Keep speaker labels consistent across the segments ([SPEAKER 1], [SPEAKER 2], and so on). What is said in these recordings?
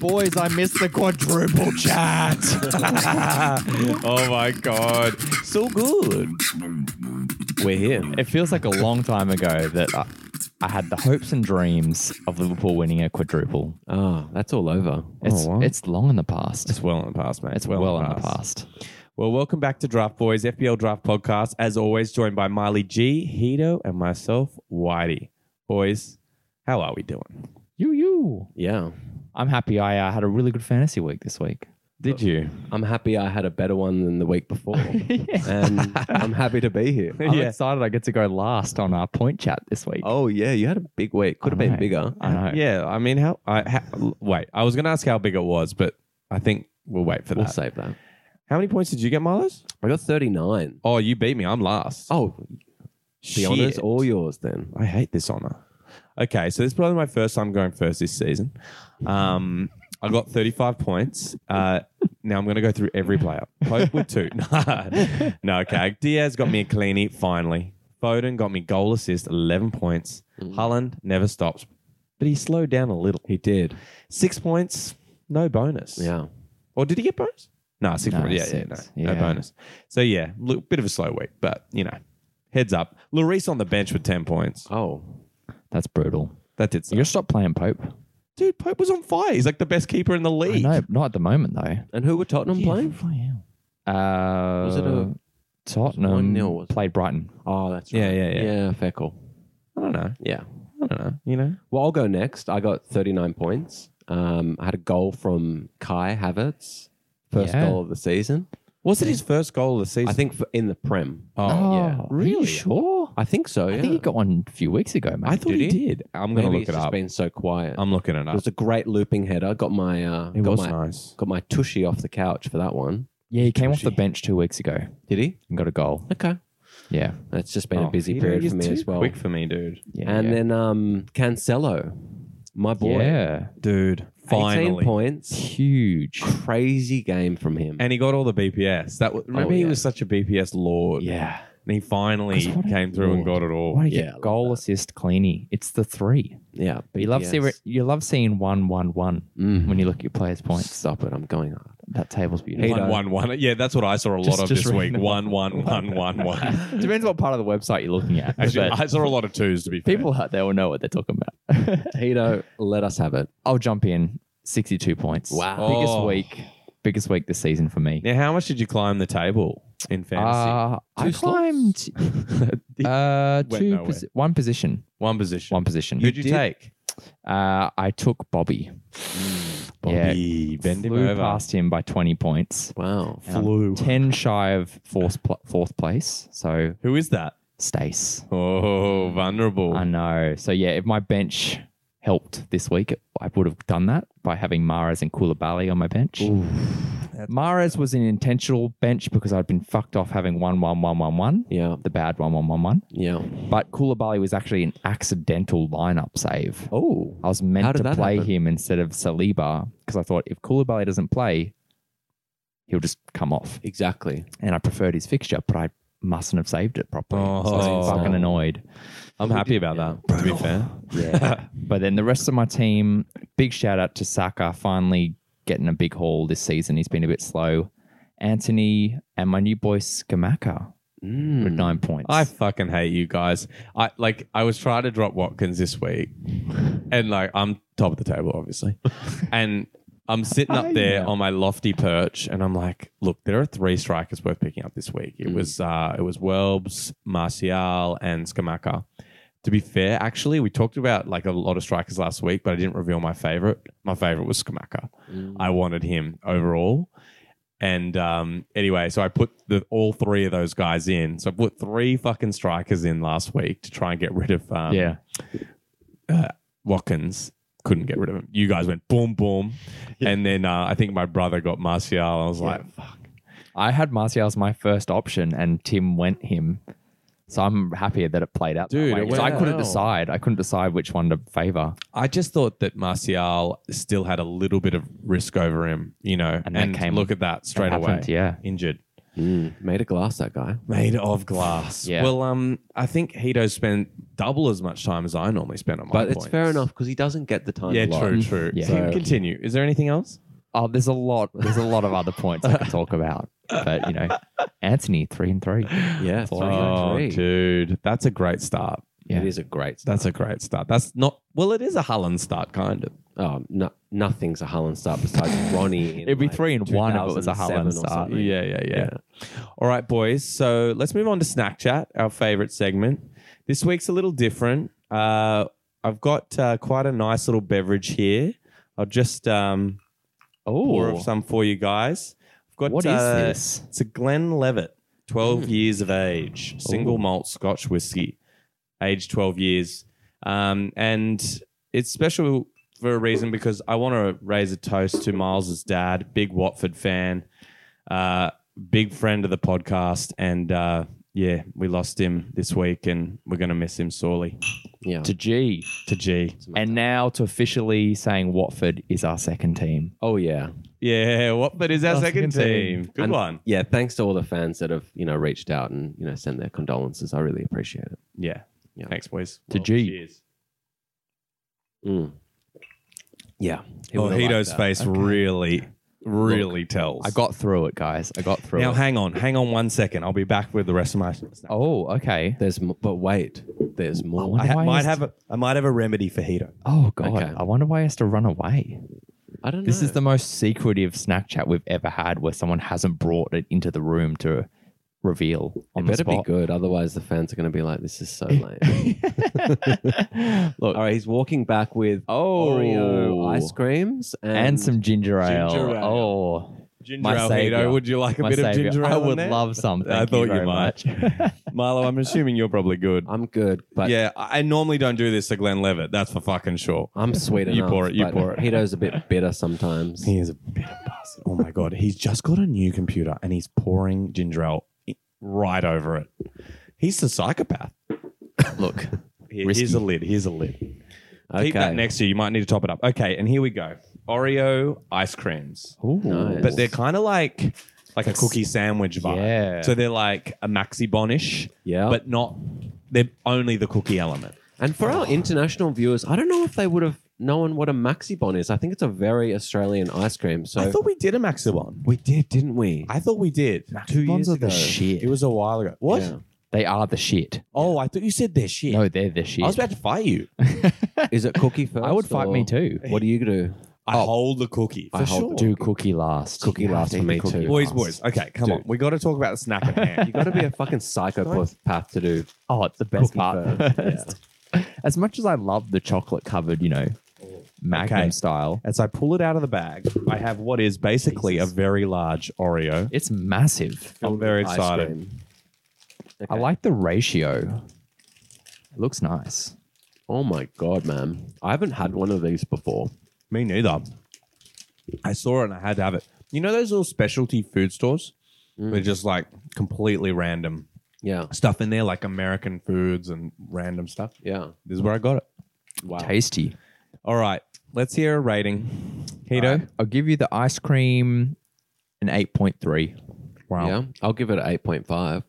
[SPEAKER 1] Boys, I missed the quadruple chat.
[SPEAKER 2] Oh my god, so good. We're here.
[SPEAKER 1] it feels like a long time ago that I, I had the hopes and dreams of Liverpool winning a quadruple.
[SPEAKER 2] Oh, that's all over.
[SPEAKER 1] It's,
[SPEAKER 2] oh, wow.
[SPEAKER 1] it's long in the past.
[SPEAKER 2] It's well in the past, mate.
[SPEAKER 1] It's well, in the past.
[SPEAKER 2] Well, welcome back to Draft Boys FBL Draft Podcast. As always, joined by Miley G, Hito, and myself, Whitey. Boys, how are we doing?
[SPEAKER 1] You, you.
[SPEAKER 3] Yeah.
[SPEAKER 1] I'm happy I uh, had a really good fantasy week this week.
[SPEAKER 2] Did you?
[SPEAKER 3] I'm happy I had a better one than the week before. and I'm happy to be here.
[SPEAKER 1] I'm
[SPEAKER 2] Yeah.
[SPEAKER 1] excited I get to go last on our point chat this week.
[SPEAKER 3] Oh, yeah. You had a big week. Could have
[SPEAKER 1] I
[SPEAKER 3] been
[SPEAKER 1] know.
[SPEAKER 3] bigger.
[SPEAKER 1] I know.
[SPEAKER 2] Yeah. I mean, how? I ha, wait. I was going to ask how big it was, but I think we'll wait for
[SPEAKER 3] We'll
[SPEAKER 2] that.
[SPEAKER 3] save that.
[SPEAKER 2] How many points did you get, Miles?
[SPEAKER 3] I got 39.
[SPEAKER 2] Oh, you beat me. I'm last.
[SPEAKER 3] Oh, the
[SPEAKER 2] Shit.
[SPEAKER 3] honor's all yours then.
[SPEAKER 2] I hate this honor. Okay, so this is probably my first time going first this season. Um, I got 35 points. Uh, now I'm going to go through every player. Pope with two. no, okay. Diaz got me a cleanie, finally. Foden got me goal assist, 11 points. Holland never stops, but he slowed down a little.
[SPEAKER 3] Mm. He did.
[SPEAKER 2] Six points, no bonus.
[SPEAKER 3] Yeah.
[SPEAKER 2] Or did he get bonus? No, six
[SPEAKER 1] No,
[SPEAKER 2] points. Yeah,
[SPEAKER 1] six.
[SPEAKER 2] yeah, no,
[SPEAKER 1] Yeah.
[SPEAKER 2] no bonus. So yeah, a bit of a slow week, but you know, heads up. Lloris on the bench with 10 points.
[SPEAKER 3] Oh,
[SPEAKER 1] That's brutal.
[SPEAKER 2] That did suck.
[SPEAKER 1] You gotta stop playing Pope.
[SPEAKER 2] Dude, Pope was on fire. He's like the best keeper in the
[SPEAKER 1] I
[SPEAKER 2] league.
[SPEAKER 1] know, not at the moment though.
[SPEAKER 3] and who were Tottenham playing?
[SPEAKER 1] Uh,
[SPEAKER 3] Was it a-
[SPEAKER 1] Tottenham
[SPEAKER 3] 1-0, was it?
[SPEAKER 1] played Brighton?
[SPEAKER 3] Oh, that's
[SPEAKER 2] Yeah, yeah, yeah.
[SPEAKER 3] Yeah, fair call.
[SPEAKER 2] I don't know.
[SPEAKER 3] Yeah.
[SPEAKER 2] I don't know. You know?
[SPEAKER 3] Well, I'll go next. I got 39 points. Um, I had a goal from Kai Havertz, first
[SPEAKER 1] Yeah.
[SPEAKER 3] goal of the season.
[SPEAKER 2] Was it his first goal of the season?
[SPEAKER 3] I think for, in the Prem.
[SPEAKER 2] Oh,
[SPEAKER 3] yeah.
[SPEAKER 1] are you
[SPEAKER 3] Really?
[SPEAKER 1] sure?
[SPEAKER 3] I think so.
[SPEAKER 1] I
[SPEAKER 3] yeah.
[SPEAKER 1] think he got one a few weeks ago, mate.
[SPEAKER 2] I thought
[SPEAKER 3] Did
[SPEAKER 2] he,
[SPEAKER 3] he?
[SPEAKER 2] did. I'm
[SPEAKER 3] Maybe
[SPEAKER 2] gonna look
[SPEAKER 3] it's
[SPEAKER 2] it
[SPEAKER 3] just
[SPEAKER 2] up.
[SPEAKER 3] been so quiet.
[SPEAKER 2] I'm looking it
[SPEAKER 3] It
[SPEAKER 2] up.
[SPEAKER 3] was a great looping header. Got my uh,
[SPEAKER 2] It
[SPEAKER 3] got
[SPEAKER 2] was
[SPEAKER 3] my
[SPEAKER 2] nice.
[SPEAKER 3] got my tushy off the couch for that one.
[SPEAKER 1] yeah, he came off the
[SPEAKER 2] Tushy.
[SPEAKER 1] bench two weeks ago
[SPEAKER 3] Did he?
[SPEAKER 1] and got a goal.
[SPEAKER 3] Okay,
[SPEAKER 1] Yeah,
[SPEAKER 3] that's just been
[SPEAKER 2] Oh,
[SPEAKER 3] a busy
[SPEAKER 2] he-
[SPEAKER 3] period
[SPEAKER 2] he's
[SPEAKER 3] for me
[SPEAKER 2] too
[SPEAKER 3] as well.
[SPEAKER 2] Quick for me, dude.
[SPEAKER 1] yeah.
[SPEAKER 3] and
[SPEAKER 1] yeah.
[SPEAKER 3] then um, Cancelo, my boy,
[SPEAKER 1] yeah,
[SPEAKER 2] Dude,
[SPEAKER 3] eighteen
[SPEAKER 2] finally.
[SPEAKER 3] points,
[SPEAKER 1] huge.
[SPEAKER 3] crazy game from him.
[SPEAKER 2] And he got all the BPS. That was, remember he
[SPEAKER 3] yeah.
[SPEAKER 2] was such a BPS lord.
[SPEAKER 3] yeah,
[SPEAKER 2] And he finally
[SPEAKER 1] 'Cause what a
[SPEAKER 2] came through and got it all.
[SPEAKER 1] Why do you
[SPEAKER 3] Oh, Yeah, I
[SPEAKER 1] get
[SPEAKER 3] love
[SPEAKER 1] goal
[SPEAKER 3] that.
[SPEAKER 1] assist cleanie? It's the three.
[SPEAKER 3] yeah.
[SPEAKER 1] But you love
[SPEAKER 3] BTS.
[SPEAKER 1] seeing you love seeing one one one
[SPEAKER 3] Mm.
[SPEAKER 1] when you look at your players' points.
[SPEAKER 3] Stop it! I'm going hard.
[SPEAKER 1] That table's beautiful.
[SPEAKER 2] One, one, one. Yeah, that's what I saw a lot
[SPEAKER 1] Just-
[SPEAKER 2] of
[SPEAKER 1] just
[SPEAKER 2] this week.
[SPEAKER 1] random.
[SPEAKER 2] One, one, one, one, one.
[SPEAKER 1] Depends what part of the website you're looking at.
[SPEAKER 2] Actually,
[SPEAKER 1] but
[SPEAKER 2] I saw a lot of twos to be fair.
[SPEAKER 1] people out there will know what they're talking about.
[SPEAKER 3] Hito, let us have it.
[SPEAKER 1] I'll jump in. Sixty-two points.
[SPEAKER 3] Wow.
[SPEAKER 1] Biggest
[SPEAKER 2] Oh.
[SPEAKER 1] week. Biggest week this season for me.
[SPEAKER 2] Now, how much did you climb the table in fantasy?
[SPEAKER 1] Uh, I
[SPEAKER 3] Two slots?
[SPEAKER 1] climbed uh,
[SPEAKER 2] Went
[SPEAKER 1] two
[SPEAKER 2] nowhere.
[SPEAKER 1] posi- one position.
[SPEAKER 2] one position.
[SPEAKER 1] One position.
[SPEAKER 2] Who'd you,
[SPEAKER 1] Did-
[SPEAKER 2] take?
[SPEAKER 1] Uh, I took Bobby.
[SPEAKER 2] Mm, Bobby, bend him
[SPEAKER 1] Flew
[SPEAKER 2] over.
[SPEAKER 1] past him by twenty points.
[SPEAKER 3] Wow.
[SPEAKER 1] And I'm
[SPEAKER 2] Flew.
[SPEAKER 1] ten shy of fourth pl- fourth place. So
[SPEAKER 2] Who is that?
[SPEAKER 1] Stace.
[SPEAKER 2] Oh, vulnerable.
[SPEAKER 1] I know. So yeah, if my bench helped this week, I would have done that by having Mares and Koulibaly on my bench. Mares was an intentional bench because I'd been fucked off having one one one one one,
[SPEAKER 3] Yeah,
[SPEAKER 1] the bad one one one one.
[SPEAKER 3] yeah.
[SPEAKER 1] But Koulibaly was actually an accidental lineup save.
[SPEAKER 3] Oh,
[SPEAKER 1] I was
[SPEAKER 3] How
[SPEAKER 1] meant
[SPEAKER 3] did
[SPEAKER 1] to
[SPEAKER 3] that
[SPEAKER 1] play
[SPEAKER 3] happen?
[SPEAKER 1] him instead of Saliba because I thought if Koulibaly doesn't play, he'll just come off.
[SPEAKER 3] exactly.
[SPEAKER 1] And I preferred his fixture, but I mustn't have saved it properly. so I was
[SPEAKER 2] Oh.
[SPEAKER 1] fucking annoyed.
[SPEAKER 2] I'm happy about that, to be fair.
[SPEAKER 1] Yeah. but then the rest of my team, big shout out to Saka finally getting a big haul this season. He's been a bit slow. Anthony and my new boy Skamaka with
[SPEAKER 3] Mm.
[SPEAKER 1] nine points.
[SPEAKER 2] I fucking hate you guys. I like I was trying to drop Watkins this week and like I'm top of the table obviously. and I'm sitting
[SPEAKER 1] I
[SPEAKER 2] up there
[SPEAKER 1] know.
[SPEAKER 2] on my lofty perch and I'm like, look, there are three strikers worth picking up this week. It was uh it was Welbs, Martial and Skamaka. To be fair, actually, we talked about like a lot of strikers last week, but I didn't reveal my favorite. My favorite was Skamaka. I wanted him overall. And um, anyway, so I put the, all three of those guys in. So I put three fucking strikers in last week to try and get rid of um,
[SPEAKER 1] yeah.
[SPEAKER 2] Watkins. Couldn't get rid of him. You guys went boom, boom. And then uh, I think my brother got Martial. I was like, fuck.
[SPEAKER 1] I had Martial as my first option, and Tim went him. So I'm happier that it played out.
[SPEAKER 2] Dude,
[SPEAKER 1] that way,
[SPEAKER 2] it
[SPEAKER 1] 'cause I
[SPEAKER 2] went
[SPEAKER 1] couldn't
[SPEAKER 2] well.
[SPEAKER 1] decide. I couldn't decide which one to favor,
[SPEAKER 2] I just thought that Martial still had a little bit of risk over him, you know.
[SPEAKER 1] And that came-
[SPEAKER 2] look at that straight away.
[SPEAKER 1] happened, yeah.
[SPEAKER 2] Injured.
[SPEAKER 3] Mm, made a glass, that guy.
[SPEAKER 2] Made of glass.
[SPEAKER 1] Yeah.
[SPEAKER 2] Well, um, I think Hito spent double as much time as I normally spend on my
[SPEAKER 3] But it's
[SPEAKER 2] points.
[SPEAKER 3] fair enough because he doesn't get the time.
[SPEAKER 2] Yeah,
[SPEAKER 3] a lot.
[SPEAKER 2] true, true.
[SPEAKER 1] Yeah.
[SPEAKER 2] So continue. Is there anything else?
[SPEAKER 1] Oh, there's a lot. There's a lot of other points I could talk about, but you know, Anthony three and three.
[SPEAKER 3] Yeah, three
[SPEAKER 2] oh,
[SPEAKER 3] and three.
[SPEAKER 2] dude, that's a great start.
[SPEAKER 1] Yeah.
[SPEAKER 3] It is a great. Start.
[SPEAKER 2] That's a great start. That's not well. It is a Holland start, kind of.
[SPEAKER 3] Oh, no, nothing's a Holland start besides Ronnie. in,
[SPEAKER 1] It'd be
[SPEAKER 3] like,
[SPEAKER 1] three and one if it was a
[SPEAKER 3] 2007
[SPEAKER 1] Haaland
[SPEAKER 3] or
[SPEAKER 1] start.
[SPEAKER 3] something.
[SPEAKER 2] Yeah, yeah, yeah, All right, boys. So let's move on to snack chat, our favorite segment. This week's a little different. Uh, I've got uh, quite a nice little beverage here. I'll just um, pour
[SPEAKER 1] Oh,
[SPEAKER 2] up some for you guys. I've got
[SPEAKER 1] what is
[SPEAKER 2] uh,
[SPEAKER 1] this?
[SPEAKER 2] It's a Glen Levitt, 12 years of age, single malt Scotch whiskey, age 12 years. Um, and it's special for a reason because I want to raise a toast to Miles's dad, big Watford fan, uh, big friend of the podcast. And uh, yeah, we lost him this week and we're going to miss him sorely.
[SPEAKER 3] yeah.
[SPEAKER 1] To G,
[SPEAKER 2] To G.
[SPEAKER 1] and now to officially saying Watford is our second team.
[SPEAKER 3] Oh yeah,
[SPEAKER 2] Yeah, Watford is our
[SPEAKER 1] Our
[SPEAKER 2] second
[SPEAKER 1] second
[SPEAKER 2] team. Good
[SPEAKER 3] And-
[SPEAKER 2] one.
[SPEAKER 3] yeah. Thanks to all the fans that have you know reached out and you know sent their condolences. I really appreciate it.
[SPEAKER 2] Yeah.
[SPEAKER 3] Yeah.
[SPEAKER 2] Thanks, boys.
[SPEAKER 1] To G.
[SPEAKER 2] Cheers.
[SPEAKER 3] Mm. Yeah. He
[SPEAKER 2] Oh,
[SPEAKER 3] would've liked
[SPEAKER 2] Hito's
[SPEAKER 3] that.
[SPEAKER 2] face really, really tells.
[SPEAKER 1] I got through it, guys. I got through
[SPEAKER 2] Now,
[SPEAKER 1] it.
[SPEAKER 2] hang on, hang on one second. I'll be back with the rest of my.
[SPEAKER 1] oh, okay.
[SPEAKER 3] There's, m- but wait, there's more.
[SPEAKER 1] wonder
[SPEAKER 2] I ha-
[SPEAKER 1] why
[SPEAKER 2] might
[SPEAKER 1] is-
[SPEAKER 2] have a, I might have a remedy for Hito.
[SPEAKER 1] Oh god.
[SPEAKER 3] Okay.
[SPEAKER 1] I wonder why he has to run away.
[SPEAKER 3] I don't know.
[SPEAKER 1] This is the most secretive snack chat we've ever had, where someone hasn't brought it into the room to reveal on
[SPEAKER 3] It
[SPEAKER 1] the
[SPEAKER 3] better be
[SPEAKER 1] spot.
[SPEAKER 3] good, otherwise the fans are going to be like, "This is so lame."
[SPEAKER 1] Look,
[SPEAKER 3] All right, he's walking back with
[SPEAKER 1] Oh.
[SPEAKER 3] Oreo ice creams and,
[SPEAKER 1] and some ginger ale.
[SPEAKER 2] Ginger ale.
[SPEAKER 1] Oh,
[SPEAKER 2] Ginger
[SPEAKER 1] My
[SPEAKER 2] ale,
[SPEAKER 1] saviour.
[SPEAKER 2] Hito. Would you like a
[SPEAKER 1] my
[SPEAKER 2] bit
[SPEAKER 1] saviour.
[SPEAKER 2] of ginger ale?
[SPEAKER 1] I
[SPEAKER 2] in
[SPEAKER 1] would
[SPEAKER 2] there?
[SPEAKER 1] love something.
[SPEAKER 2] I thought you
[SPEAKER 1] very much.
[SPEAKER 2] might. Marlo. I'm assuming you're probably good.
[SPEAKER 3] I'm good, but
[SPEAKER 2] yeah, I I normally don't do this to Glenn Levitt. That's for fucking sure.
[SPEAKER 3] I'm sweet
[SPEAKER 2] You
[SPEAKER 3] enough.
[SPEAKER 2] pour it, you
[SPEAKER 3] but
[SPEAKER 2] pour it.
[SPEAKER 3] Hito's a bit bitter sometimes.
[SPEAKER 2] He is a bit of a bastard. Oh my god, he's just got a new computer and he's pouring ginger ale i- right over it. He's a psychopath.
[SPEAKER 1] Look,
[SPEAKER 2] Here-
[SPEAKER 1] Risky.
[SPEAKER 2] here's a lid. Here's a lid.
[SPEAKER 3] Okay,
[SPEAKER 2] Keep that next to you. You might need to top it up. Okay, and here we go. Oreo ice creams.
[SPEAKER 1] Ooh.
[SPEAKER 3] Nice.
[SPEAKER 2] but they're kind of like like a cookie sandwich vibe.
[SPEAKER 1] Yeah.
[SPEAKER 2] So they're like a maxi bonish,
[SPEAKER 3] Yeah.
[SPEAKER 2] but not they're only the cookie element.
[SPEAKER 3] and for our international viewers, I don't know if they would have known what a maxi bon is. I think it's a very Australian ice cream. So
[SPEAKER 2] I thought we did a maxi bon.
[SPEAKER 3] we did, didn't we?
[SPEAKER 2] I thought we did two
[SPEAKER 1] Bons
[SPEAKER 2] years
[SPEAKER 1] are the
[SPEAKER 2] ago.
[SPEAKER 1] shit.
[SPEAKER 2] It was a while ago. What?
[SPEAKER 3] Yeah.
[SPEAKER 1] they are the shit.
[SPEAKER 2] Oh, I thought you said they're shit.
[SPEAKER 1] No, they're the shit.
[SPEAKER 2] I was about to fight you.
[SPEAKER 3] Is it cookie first?
[SPEAKER 1] I would fight
[SPEAKER 3] or-
[SPEAKER 1] me too.
[SPEAKER 3] What do you do?
[SPEAKER 2] Oh. I hold the cookie.
[SPEAKER 3] I
[SPEAKER 2] for
[SPEAKER 3] hold
[SPEAKER 2] sure.
[SPEAKER 1] Do
[SPEAKER 3] the
[SPEAKER 1] cookie last.
[SPEAKER 3] Cookie
[SPEAKER 1] You have
[SPEAKER 3] last
[SPEAKER 1] to
[SPEAKER 3] for
[SPEAKER 1] eat the
[SPEAKER 3] me
[SPEAKER 1] cookie
[SPEAKER 3] too.
[SPEAKER 2] Boys,
[SPEAKER 1] last.
[SPEAKER 2] boys. Okay, come on. We got to talk about the snack at hand.
[SPEAKER 3] You got to be a fucking psychopath to do.
[SPEAKER 1] Oh, it's the best
[SPEAKER 3] Cookie
[SPEAKER 1] part.
[SPEAKER 3] first,
[SPEAKER 1] As much as I love the chocolate covered, you know, Magnum
[SPEAKER 2] Okay.
[SPEAKER 1] style,
[SPEAKER 2] As I pull it out of the bag, I have what is basically a very large Oreo.
[SPEAKER 1] it's massive.
[SPEAKER 2] I'm very
[SPEAKER 3] Ice
[SPEAKER 2] excited.
[SPEAKER 3] cream.
[SPEAKER 1] I like the ratio. It looks nice.
[SPEAKER 3] Oh my god, man! I haven't had one of these before.
[SPEAKER 2] Me neither. I saw it and I had to have it. You know those little specialty food stores? They're just like completely random
[SPEAKER 3] Yeah,
[SPEAKER 2] stuff in there, like American foods and random stuff.
[SPEAKER 3] yeah.
[SPEAKER 2] This is where I got it.
[SPEAKER 3] Wow.
[SPEAKER 1] Tasty.
[SPEAKER 2] All right, let's hear a rating.
[SPEAKER 1] All
[SPEAKER 2] Keto.
[SPEAKER 1] right, I'll give you the ice cream an 8.3.
[SPEAKER 2] Wow.
[SPEAKER 3] Yeah, I'll give it an eight point five.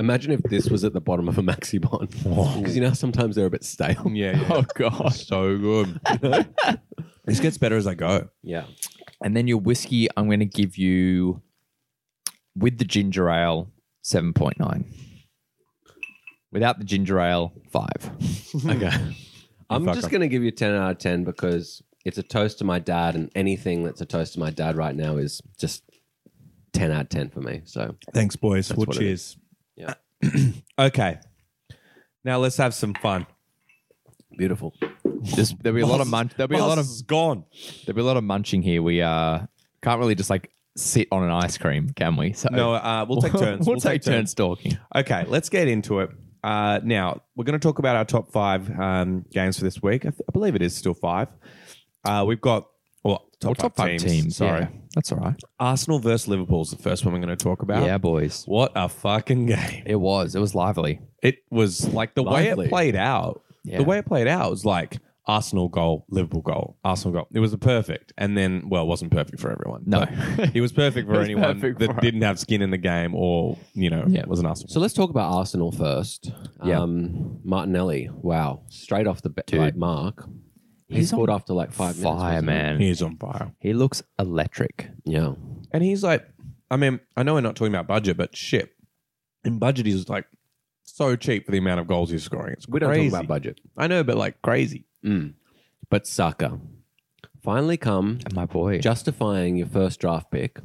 [SPEAKER 3] Imagine if this was at the bottom of a maxi bond, because you know sometimes they're a bit stale.
[SPEAKER 2] Yeah. yeah. Oh god, so good. this gets better as I go.
[SPEAKER 3] Yeah,
[SPEAKER 1] And then your whiskey, I'm going to give you, with the ginger ale, 7.9. Without the ginger ale, 5.
[SPEAKER 3] okay. I'm
[SPEAKER 2] Fuck
[SPEAKER 3] just
[SPEAKER 2] off.
[SPEAKER 3] gonna give you ten out of ten because it's a toast to my dad, and anything that's a toast to my dad right now is just ten out of ten for me. So
[SPEAKER 2] Thanks, boys. Well,
[SPEAKER 3] what it
[SPEAKER 2] cheers.
[SPEAKER 3] Yeah.
[SPEAKER 2] okay. Now let's have some fun.
[SPEAKER 3] beautiful.
[SPEAKER 1] There's, there'll be a lot of munch. There'll be a lot of
[SPEAKER 2] Boss, gone.
[SPEAKER 1] there'll be a lot of munching here. We uh can't really just like sit on an ice cream, can we? So
[SPEAKER 2] No, uh, we'll take turns.
[SPEAKER 1] we'll, take, turns talking.
[SPEAKER 2] Okay, let's get into it. Uh, now we're going to talk about our top five um, games for this week. I, th- I believe it is still five. Uh, we've got well top,
[SPEAKER 1] Well, top five teams.
[SPEAKER 2] Sorry,
[SPEAKER 1] yeah. that's all right.
[SPEAKER 2] Arsenal versus Liverpool's the first one we're going to talk about.
[SPEAKER 1] Yeah, boys.
[SPEAKER 2] What a fucking game!
[SPEAKER 1] It was. It was lively.
[SPEAKER 2] It was like the way
[SPEAKER 3] Lively.
[SPEAKER 2] it played out.
[SPEAKER 1] Yeah.
[SPEAKER 2] The way it played out was like Arsenal goal, Liverpool goal, Arsenal goal. It was a perfect. And then, well, it wasn't perfect for everyone.
[SPEAKER 1] No.
[SPEAKER 2] But it was perfect for
[SPEAKER 1] It was
[SPEAKER 2] anyone
[SPEAKER 1] perfect
[SPEAKER 2] that
[SPEAKER 1] for-
[SPEAKER 2] didn't have skin in the game or, you know,
[SPEAKER 1] Yeah.
[SPEAKER 2] was an Arsenal.
[SPEAKER 3] So let's talk about Arsenal first.
[SPEAKER 2] Yeah.
[SPEAKER 3] Um, Martinelli, wow, straight off the be-
[SPEAKER 1] Dude.
[SPEAKER 3] like mark. He
[SPEAKER 1] He's
[SPEAKER 3] scored
[SPEAKER 1] on
[SPEAKER 3] after like five minutes.
[SPEAKER 1] Fire,
[SPEAKER 3] wasn't he?
[SPEAKER 1] man.
[SPEAKER 2] He is on fire.
[SPEAKER 1] He looks electric.
[SPEAKER 3] Yeah.
[SPEAKER 2] And he's like, I mean, I know we're not talking about budget, but shit. In budget, he's like so cheap for the amount of goals he's scoring. It's
[SPEAKER 3] We don't
[SPEAKER 2] crazy.
[SPEAKER 3] talk about budget.
[SPEAKER 2] I know, but like crazy.
[SPEAKER 3] Mm. But Saka, finally come
[SPEAKER 1] And my boy.
[SPEAKER 3] justifying your first draft pick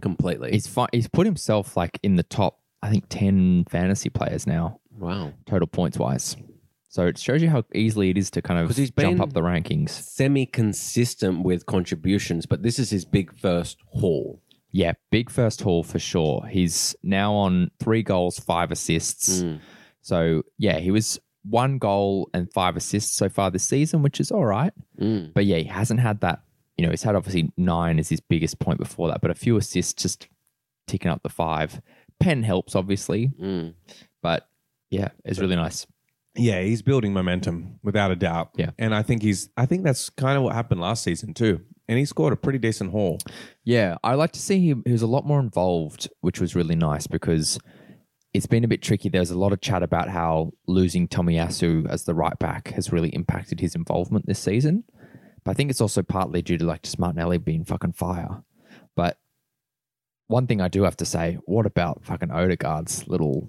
[SPEAKER 3] completely.
[SPEAKER 1] he's fi- he's put himself like in the top, I think, ten fantasy players now,
[SPEAKER 3] wow.
[SPEAKER 1] total points wise. So it shows you how easily it is to kind of
[SPEAKER 3] 'Cause he's been-
[SPEAKER 1] jump up the rankings.
[SPEAKER 3] Semi consistent with contributions, but this is his big first haul.
[SPEAKER 1] Yeah, big first haul for sure. He's now on three goals, five assists.
[SPEAKER 3] Mm.
[SPEAKER 1] So yeah, he was one goal and five assists so far this season, which is all right.
[SPEAKER 3] Mm.
[SPEAKER 1] But yeah, he hasn't had that. You know, he's had obviously nine as his biggest point before that, but a few assists just ticking up the five. Pen helps obviously,
[SPEAKER 3] Mm.
[SPEAKER 1] but yeah, it's really nice.
[SPEAKER 2] Yeah, he's building momentum without a doubt.
[SPEAKER 1] Yeah.
[SPEAKER 2] and I think he's. I think that's kind of what happened last season too. And he scored a pretty decent haul.
[SPEAKER 1] Yeah, I like to see him. He was a lot more involved, which was really nice because it's been a bit tricky. There's a lot of chat about how losing Tomiyasu as the right back has really impacted his involvement this season. But I think it's also partly due to like just Martinelli being fucking fire. But one thing I do have to say, what about fucking Odegaard's little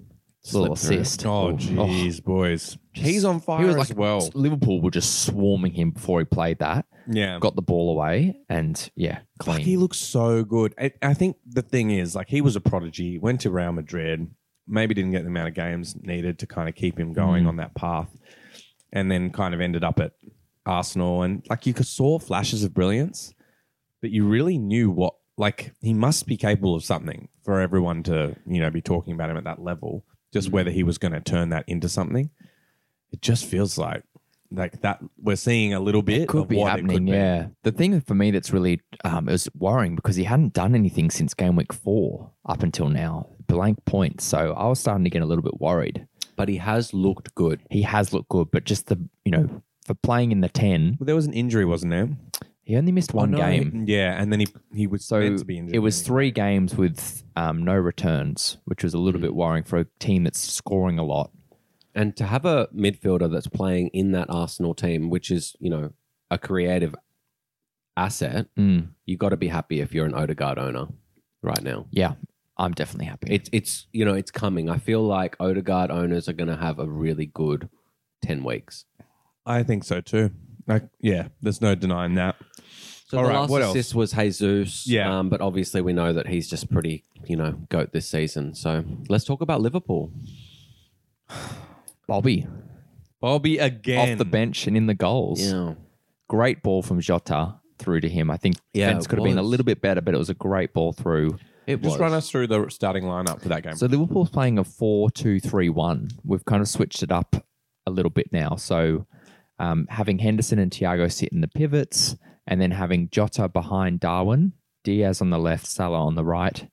[SPEAKER 1] little
[SPEAKER 3] Slip through.
[SPEAKER 1] assist?
[SPEAKER 2] Oh, jeez, boys, he's on fire
[SPEAKER 1] He was
[SPEAKER 2] as
[SPEAKER 1] like
[SPEAKER 2] well.
[SPEAKER 1] Liverpool were just swarming him before he played that.
[SPEAKER 2] Yeah,
[SPEAKER 1] Got the ball away and yeah,
[SPEAKER 2] Fuck,
[SPEAKER 1] clean.
[SPEAKER 2] he looks so good. I, I think the thing is, like, he was a prodigy. Went to Real Madrid. Maybe didn't get the amount of games needed to kind of keep him
[SPEAKER 1] Mm.
[SPEAKER 2] going on that path, and then kind of ended up at Arsenal. And like, you saw flashes of brilliance, but you really knew what. Like, he must be capable of something for everyone to you know be talking about him at that level. Just
[SPEAKER 1] Mm.
[SPEAKER 2] whether he was going to turn that into something, it just feels like like that we're seeing a little bit
[SPEAKER 1] it could
[SPEAKER 2] of
[SPEAKER 1] be
[SPEAKER 2] what
[SPEAKER 1] happening.
[SPEAKER 2] it could be.
[SPEAKER 1] yeah. The thing for me that's really um, it was worrying because he hadn't done anything since game week four up until now, blank points. So I was starting to get a little bit worried.
[SPEAKER 3] But he has looked good.
[SPEAKER 1] He has looked good, but just the you know for playing in the ten,
[SPEAKER 2] Well, there was an injury, wasn't there?
[SPEAKER 1] he only missed one
[SPEAKER 2] One
[SPEAKER 1] game.
[SPEAKER 2] Yeah, and then he he was
[SPEAKER 1] So
[SPEAKER 2] meant to be injured.
[SPEAKER 1] it was three games with um, no returns, which was a
[SPEAKER 2] Hmm.
[SPEAKER 1] little bit worrying for a team that's scoring a lot.
[SPEAKER 3] And to have a midfielder that's playing in that Arsenal team, which is, you know, a creative asset,
[SPEAKER 1] Mm,
[SPEAKER 3] you got to be happy if you're an Odegaard owner right now.
[SPEAKER 1] yeah, I'm definitely happy.
[SPEAKER 3] It's it's you know it's coming. I feel like Odegaard owners are going to have a really good ten weeks.
[SPEAKER 2] I think so too. Like, yeah, there's no denying that.
[SPEAKER 3] So
[SPEAKER 2] All
[SPEAKER 3] the
[SPEAKER 2] right,
[SPEAKER 3] last
[SPEAKER 2] what else?
[SPEAKER 3] assist was Jesus.
[SPEAKER 2] Yeah.
[SPEAKER 3] um, but obviously we know that he's just pretty you know goat this season. So let's talk about Liverpool.
[SPEAKER 1] Bobby
[SPEAKER 2] Bobby again
[SPEAKER 1] off the bench and in the goals.
[SPEAKER 3] Yeah,
[SPEAKER 1] great ball from Jota through to him. I think
[SPEAKER 3] Yeah,
[SPEAKER 1] defense
[SPEAKER 3] it
[SPEAKER 1] could have been a
[SPEAKER 3] was.
[SPEAKER 1] little bit better, but it was a great ball through.
[SPEAKER 3] it
[SPEAKER 2] Just
[SPEAKER 3] was.
[SPEAKER 2] run us through the starting lineup for that game.
[SPEAKER 1] So Liverpool's playing a 4 2 3 1. We've kind of switched it up a little bit now. So um, having Henderson and Thiago sit in the pivots and then having Jota behind Darwin, Diaz on the left, Salah on the right.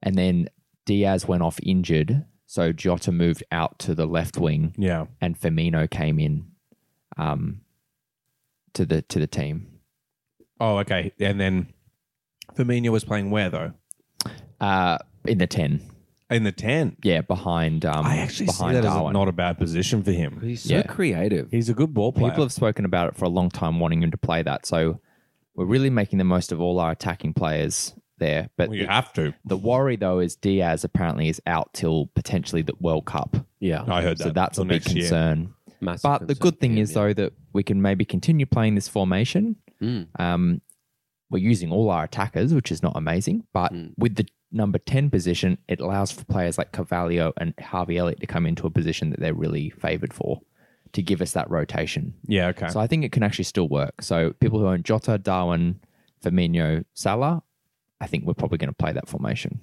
[SPEAKER 1] And then Diaz went off injured. So Jota moved out to the left wing
[SPEAKER 2] yeah,
[SPEAKER 1] and Firmino came in um, to the to the team.
[SPEAKER 2] Oh, okay. And then Firmino was playing where though?
[SPEAKER 1] Uh, in the 10.
[SPEAKER 2] In the ten.
[SPEAKER 1] yeah, behind um,
[SPEAKER 2] I actually see
[SPEAKER 1] behind
[SPEAKER 2] that as
[SPEAKER 1] Darwin.
[SPEAKER 2] not a bad position for him.
[SPEAKER 3] He's so
[SPEAKER 1] Yeah.
[SPEAKER 3] creative.
[SPEAKER 2] He's a good ball player.
[SPEAKER 1] People have spoken about it for a long time, wanting him to play that. So we're really making the most of all our attacking players there. But
[SPEAKER 2] well, you
[SPEAKER 1] the,
[SPEAKER 2] have to.
[SPEAKER 1] the worry though is Diaz apparently is out till potentially the World Cup.
[SPEAKER 3] yeah,
[SPEAKER 2] I heard that.
[SPEAKER 1] So that's
[SPEAKER 2] till
[SPEAKER 1] a big
[SPEAKER 2] next year.
[SPEAKER 1] concern.
[SPEAKER 3] massive
[SPEAKER 1] But the
[SPEAKER 3] concern
[SPEAKER 1] good
[SPEAKER 3] for
[SPEAKER 1] thing
[SPEAKER 3] him,
[SPEAKER 1] is
[SPEAKER 3] yeah.
[SPEAKER 1] though that we can maybe continue playing this formation.
[SPEAKER 3] Mm.
[SPEAKER 1] Um, we're using all our attackers, which is not amazing, but
[SPEAKER 3] Mm.
[SPEAKER 1] with the number 10 position, it allows for players like Cavallo and Harvey Elliott to come into a position that they're really favored for to give us that rotation.
[SPEAKER 2] Yeah. Okay.
[SPEAKER 1] So I think it can actually still work. So people who own Jota, Darwin, Firmino, Salah, I think we're probably going to play that formation.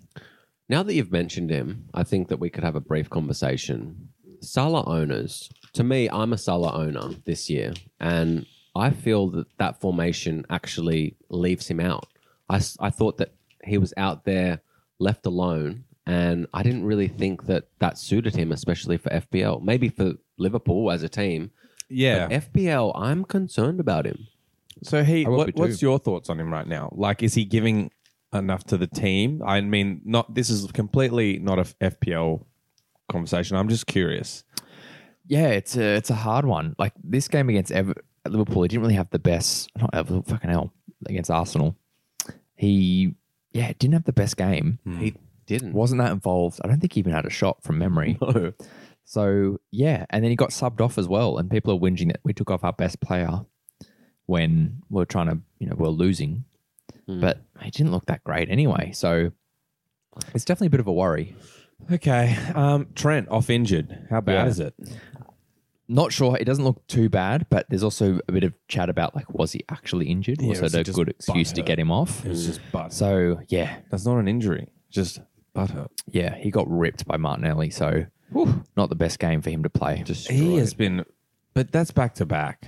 [SPEAKER 3] Now that you've mentioned him, I think that we could have a brief conversation. Salah owners, to me, I'm a Salah owner this year, and I feel that that formation actually leaves him out. I, s- I thought that he was out there left alone, and I didn't really think that that suited him, especially for FPL. Maybe for Liverpool as a team,
[SPEAKER 2] Yeah.
[SPEAKER 3] But FPL, I'm concerned about him.
[SPEAKER 2] So he,
[SPEAKER 1] I would
[SPEAKER 2] what,
[SPEAKER 1] be
[SPEAKER 2] what's your thoughts on him right now? Like, is he giving enough to the team? I mean, not this is completely not a f- FPL conversation. I'm just curious.
[SPEAKER 1] Yeah, it's a it's a hard one. Like this game against Ever- Liverpool, he didn't really have the best. Not Liverpool, fucking hell, against Arsenal, he yeah didn't have the best game.
[SPEAKER 3] He didn't.
[SPEAKER 1] Wasn't that involved? I don't think he even had a shot from memory.
[SPEAKER 3] No.
[SPEAKER 1] So yeah, and then he got subbed off as well, and people are whinging that we took off our best player when we're trying to you know we're losing,
[SPEAKER 3] Hmm.
[SPEAKER 1] but he didn't look that great anyway. So it's definitely a bit of a worry.
[SPEAKER 2] Okay, um, Trent off injured. How bad
[SPEAKER 1] Yeah.
[SPEAKER 2] is it?
[SPEAKER 1] Not sure. It doesn't look too bad, but there's also a bit of chat about like, was he actually injured?
[SPEAKER 2] Yeah,
[SPEAKER 1] was
[SPEAKER 2] was
[SPEAKER 1] it
[SPEAKER 2] he
[SPEAKER 1] a
[SPEAKER 2] just
[SPEAKER 1] good excuse to
[SPEAKER 2] butthurt?
[SPEAKER 1] get him off?
[SPEAKER 2] It's just butt.
[SPEAKER 1] So yeah,
[SPEAKER 2] That's not an injury. Just butt hurt.
[SPEAKER 1] yeah, he got ripped by Martinelli. So not the best game for him to play.
[SPEAKER 2] He has been, but that's back to back.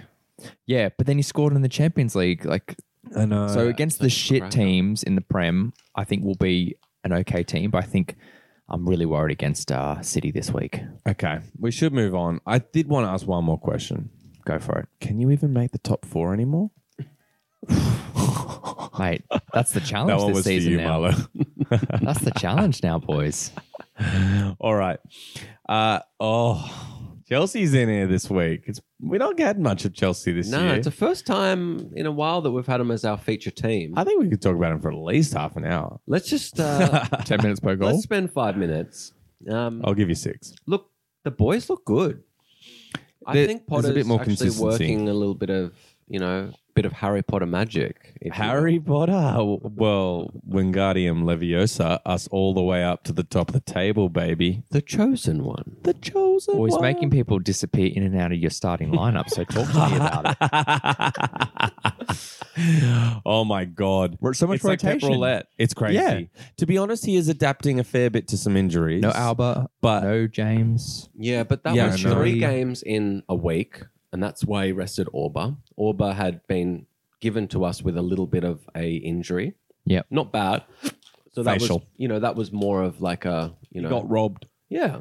[SPEAKER 1] yeah, but then he scored in the Champions League. Like
[SPEAKER 2] I know.
[SPEAKER 1] so against the shit teams in the Prem, I think will be an okay team. But I think I'm really worried against uh, City this week.
[SPEAKER 2] okay, we should move on. I did want to ask one more question.
[SPEAKER 1] Go for it,
[SPEAKER 2] Can you even make the top four anymore?
[SPEAKER 1] mate. That's the challenge this season now.
[SPEAKER 2] Marlo.
[SPEAKER 1] That's the challenge now, boys.
[SPEAKER 2] All right. Uh, oh, Chelsea's in here this week. It's, we don't get much of Chelsea this
[SPEAKER 3] No,
[SPEAKER 2] year.
[SPEAKER 3] it's the first time in a while that we've had him as our feature team.
[SPEAKER 2] I think we could talk about him for at least half an hour.
[SPEAKER 3] Let's just uh,
[SPEAKER 1] Ten minutes per
[SPEAKER 3] let's spend five minutes. Um,
[SPEAKER 2] I'll give you six.
[SPEAKER 3] Look, the boys look good. I
[SPEAKER 2] There-
[SPEAKER 3] think
[SPEAKER 2] there's a
[SPEAKER 3] Potter's
[SPEAKER 2] bit more
[SPEAKER 3] actually
[SPEAKER 2] consistency.
[SPEAKER 3] working a little bit of you know bit of Harry Potter magic. if you
[SPEAKER 2] Harry Potter. Well, Wingardium Leviosa, us all the way up to the top of the table, baby.
[SPEAKER 3] will. the chosen one.
[SPEAKER 2] The chosen
[SPEAKER 1] Well, he's making people disappear in and out of your starting lineup. So talk to me about it.
[SPEAKER 2] oh my god!
[SPEAKER 1] So much
[SPEAKER 2] it's like Pep
[SPEAKER 1] rotation.
[SPEAKER 2] roulette. It's crazy.
[SPEAKER 1] Yeah.
[SPEAKER 2] To be honest, he is adapting a fair bit to some injuries.
[SPEAKER 1] No Alba,
[SPEAKER 2] but
[SPEAKER 1] no James.
[SPEAKER 3] Yeah, but that
[SPEAKER 2] Yeah,
[SPEAKER 3] was
[SPEAKER 2] I know.
[SPEAKER 3] three games in a week, and that's why he rested Orba. Orba had been given to us with a little bit of a injury.
[SPEAKER 1] Yep.
[SPEAKER 3] not bad. So that was
[SPEAKER 2] Facial.
[SPEAKER 3] you know that was more of like a you know
[SPEAKER 2] got robbed.
[SPEAKER 3] yeah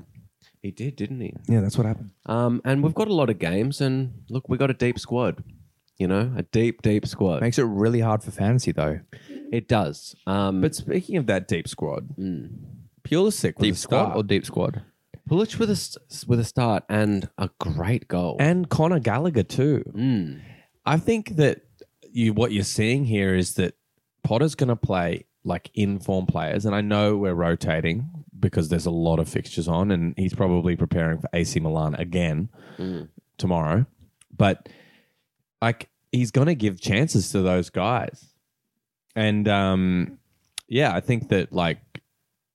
[SPEAKER 3] he did didn't he
[SPEAKER 2] Yeah, that's what happened.
[SPEAKER 3] um and we've got a lot of games and look we got a deep squad you know a deep deep squad
[SPEAKER 1] Makes it really hard for fantasy though.
[SPEAKER 3] It does. Um,
[SPEAKER 2] But
[SPEAKER 3] but
[SPEAKER 2] speaking of that deep squad, Pulisic was
[SPEAKER 1] Mm. Deep
[SPEAKER 2] a
[SPEAKER 1] squad
[SPEAKER 2] star.
[SPEAKER 1] or deep squad?
[SPEAKER 3] Pulic with a st- with a start and a great goal.
[SPEAKER 2] and Connor Gallagher too.
[SPEAKER 3] Mm.
[SPEAKER 2] I think that you what you're seeing here is that Potter's going to play like in-form players, and I know we're rotating because there's a lot of fixtures on, and he's probably preparing for AC Milan again
[SPEAKER 1] Mm.
[SPEAKER 2] tomorrow. But like he's going to give chances to those guys, and um, yeah, I think that like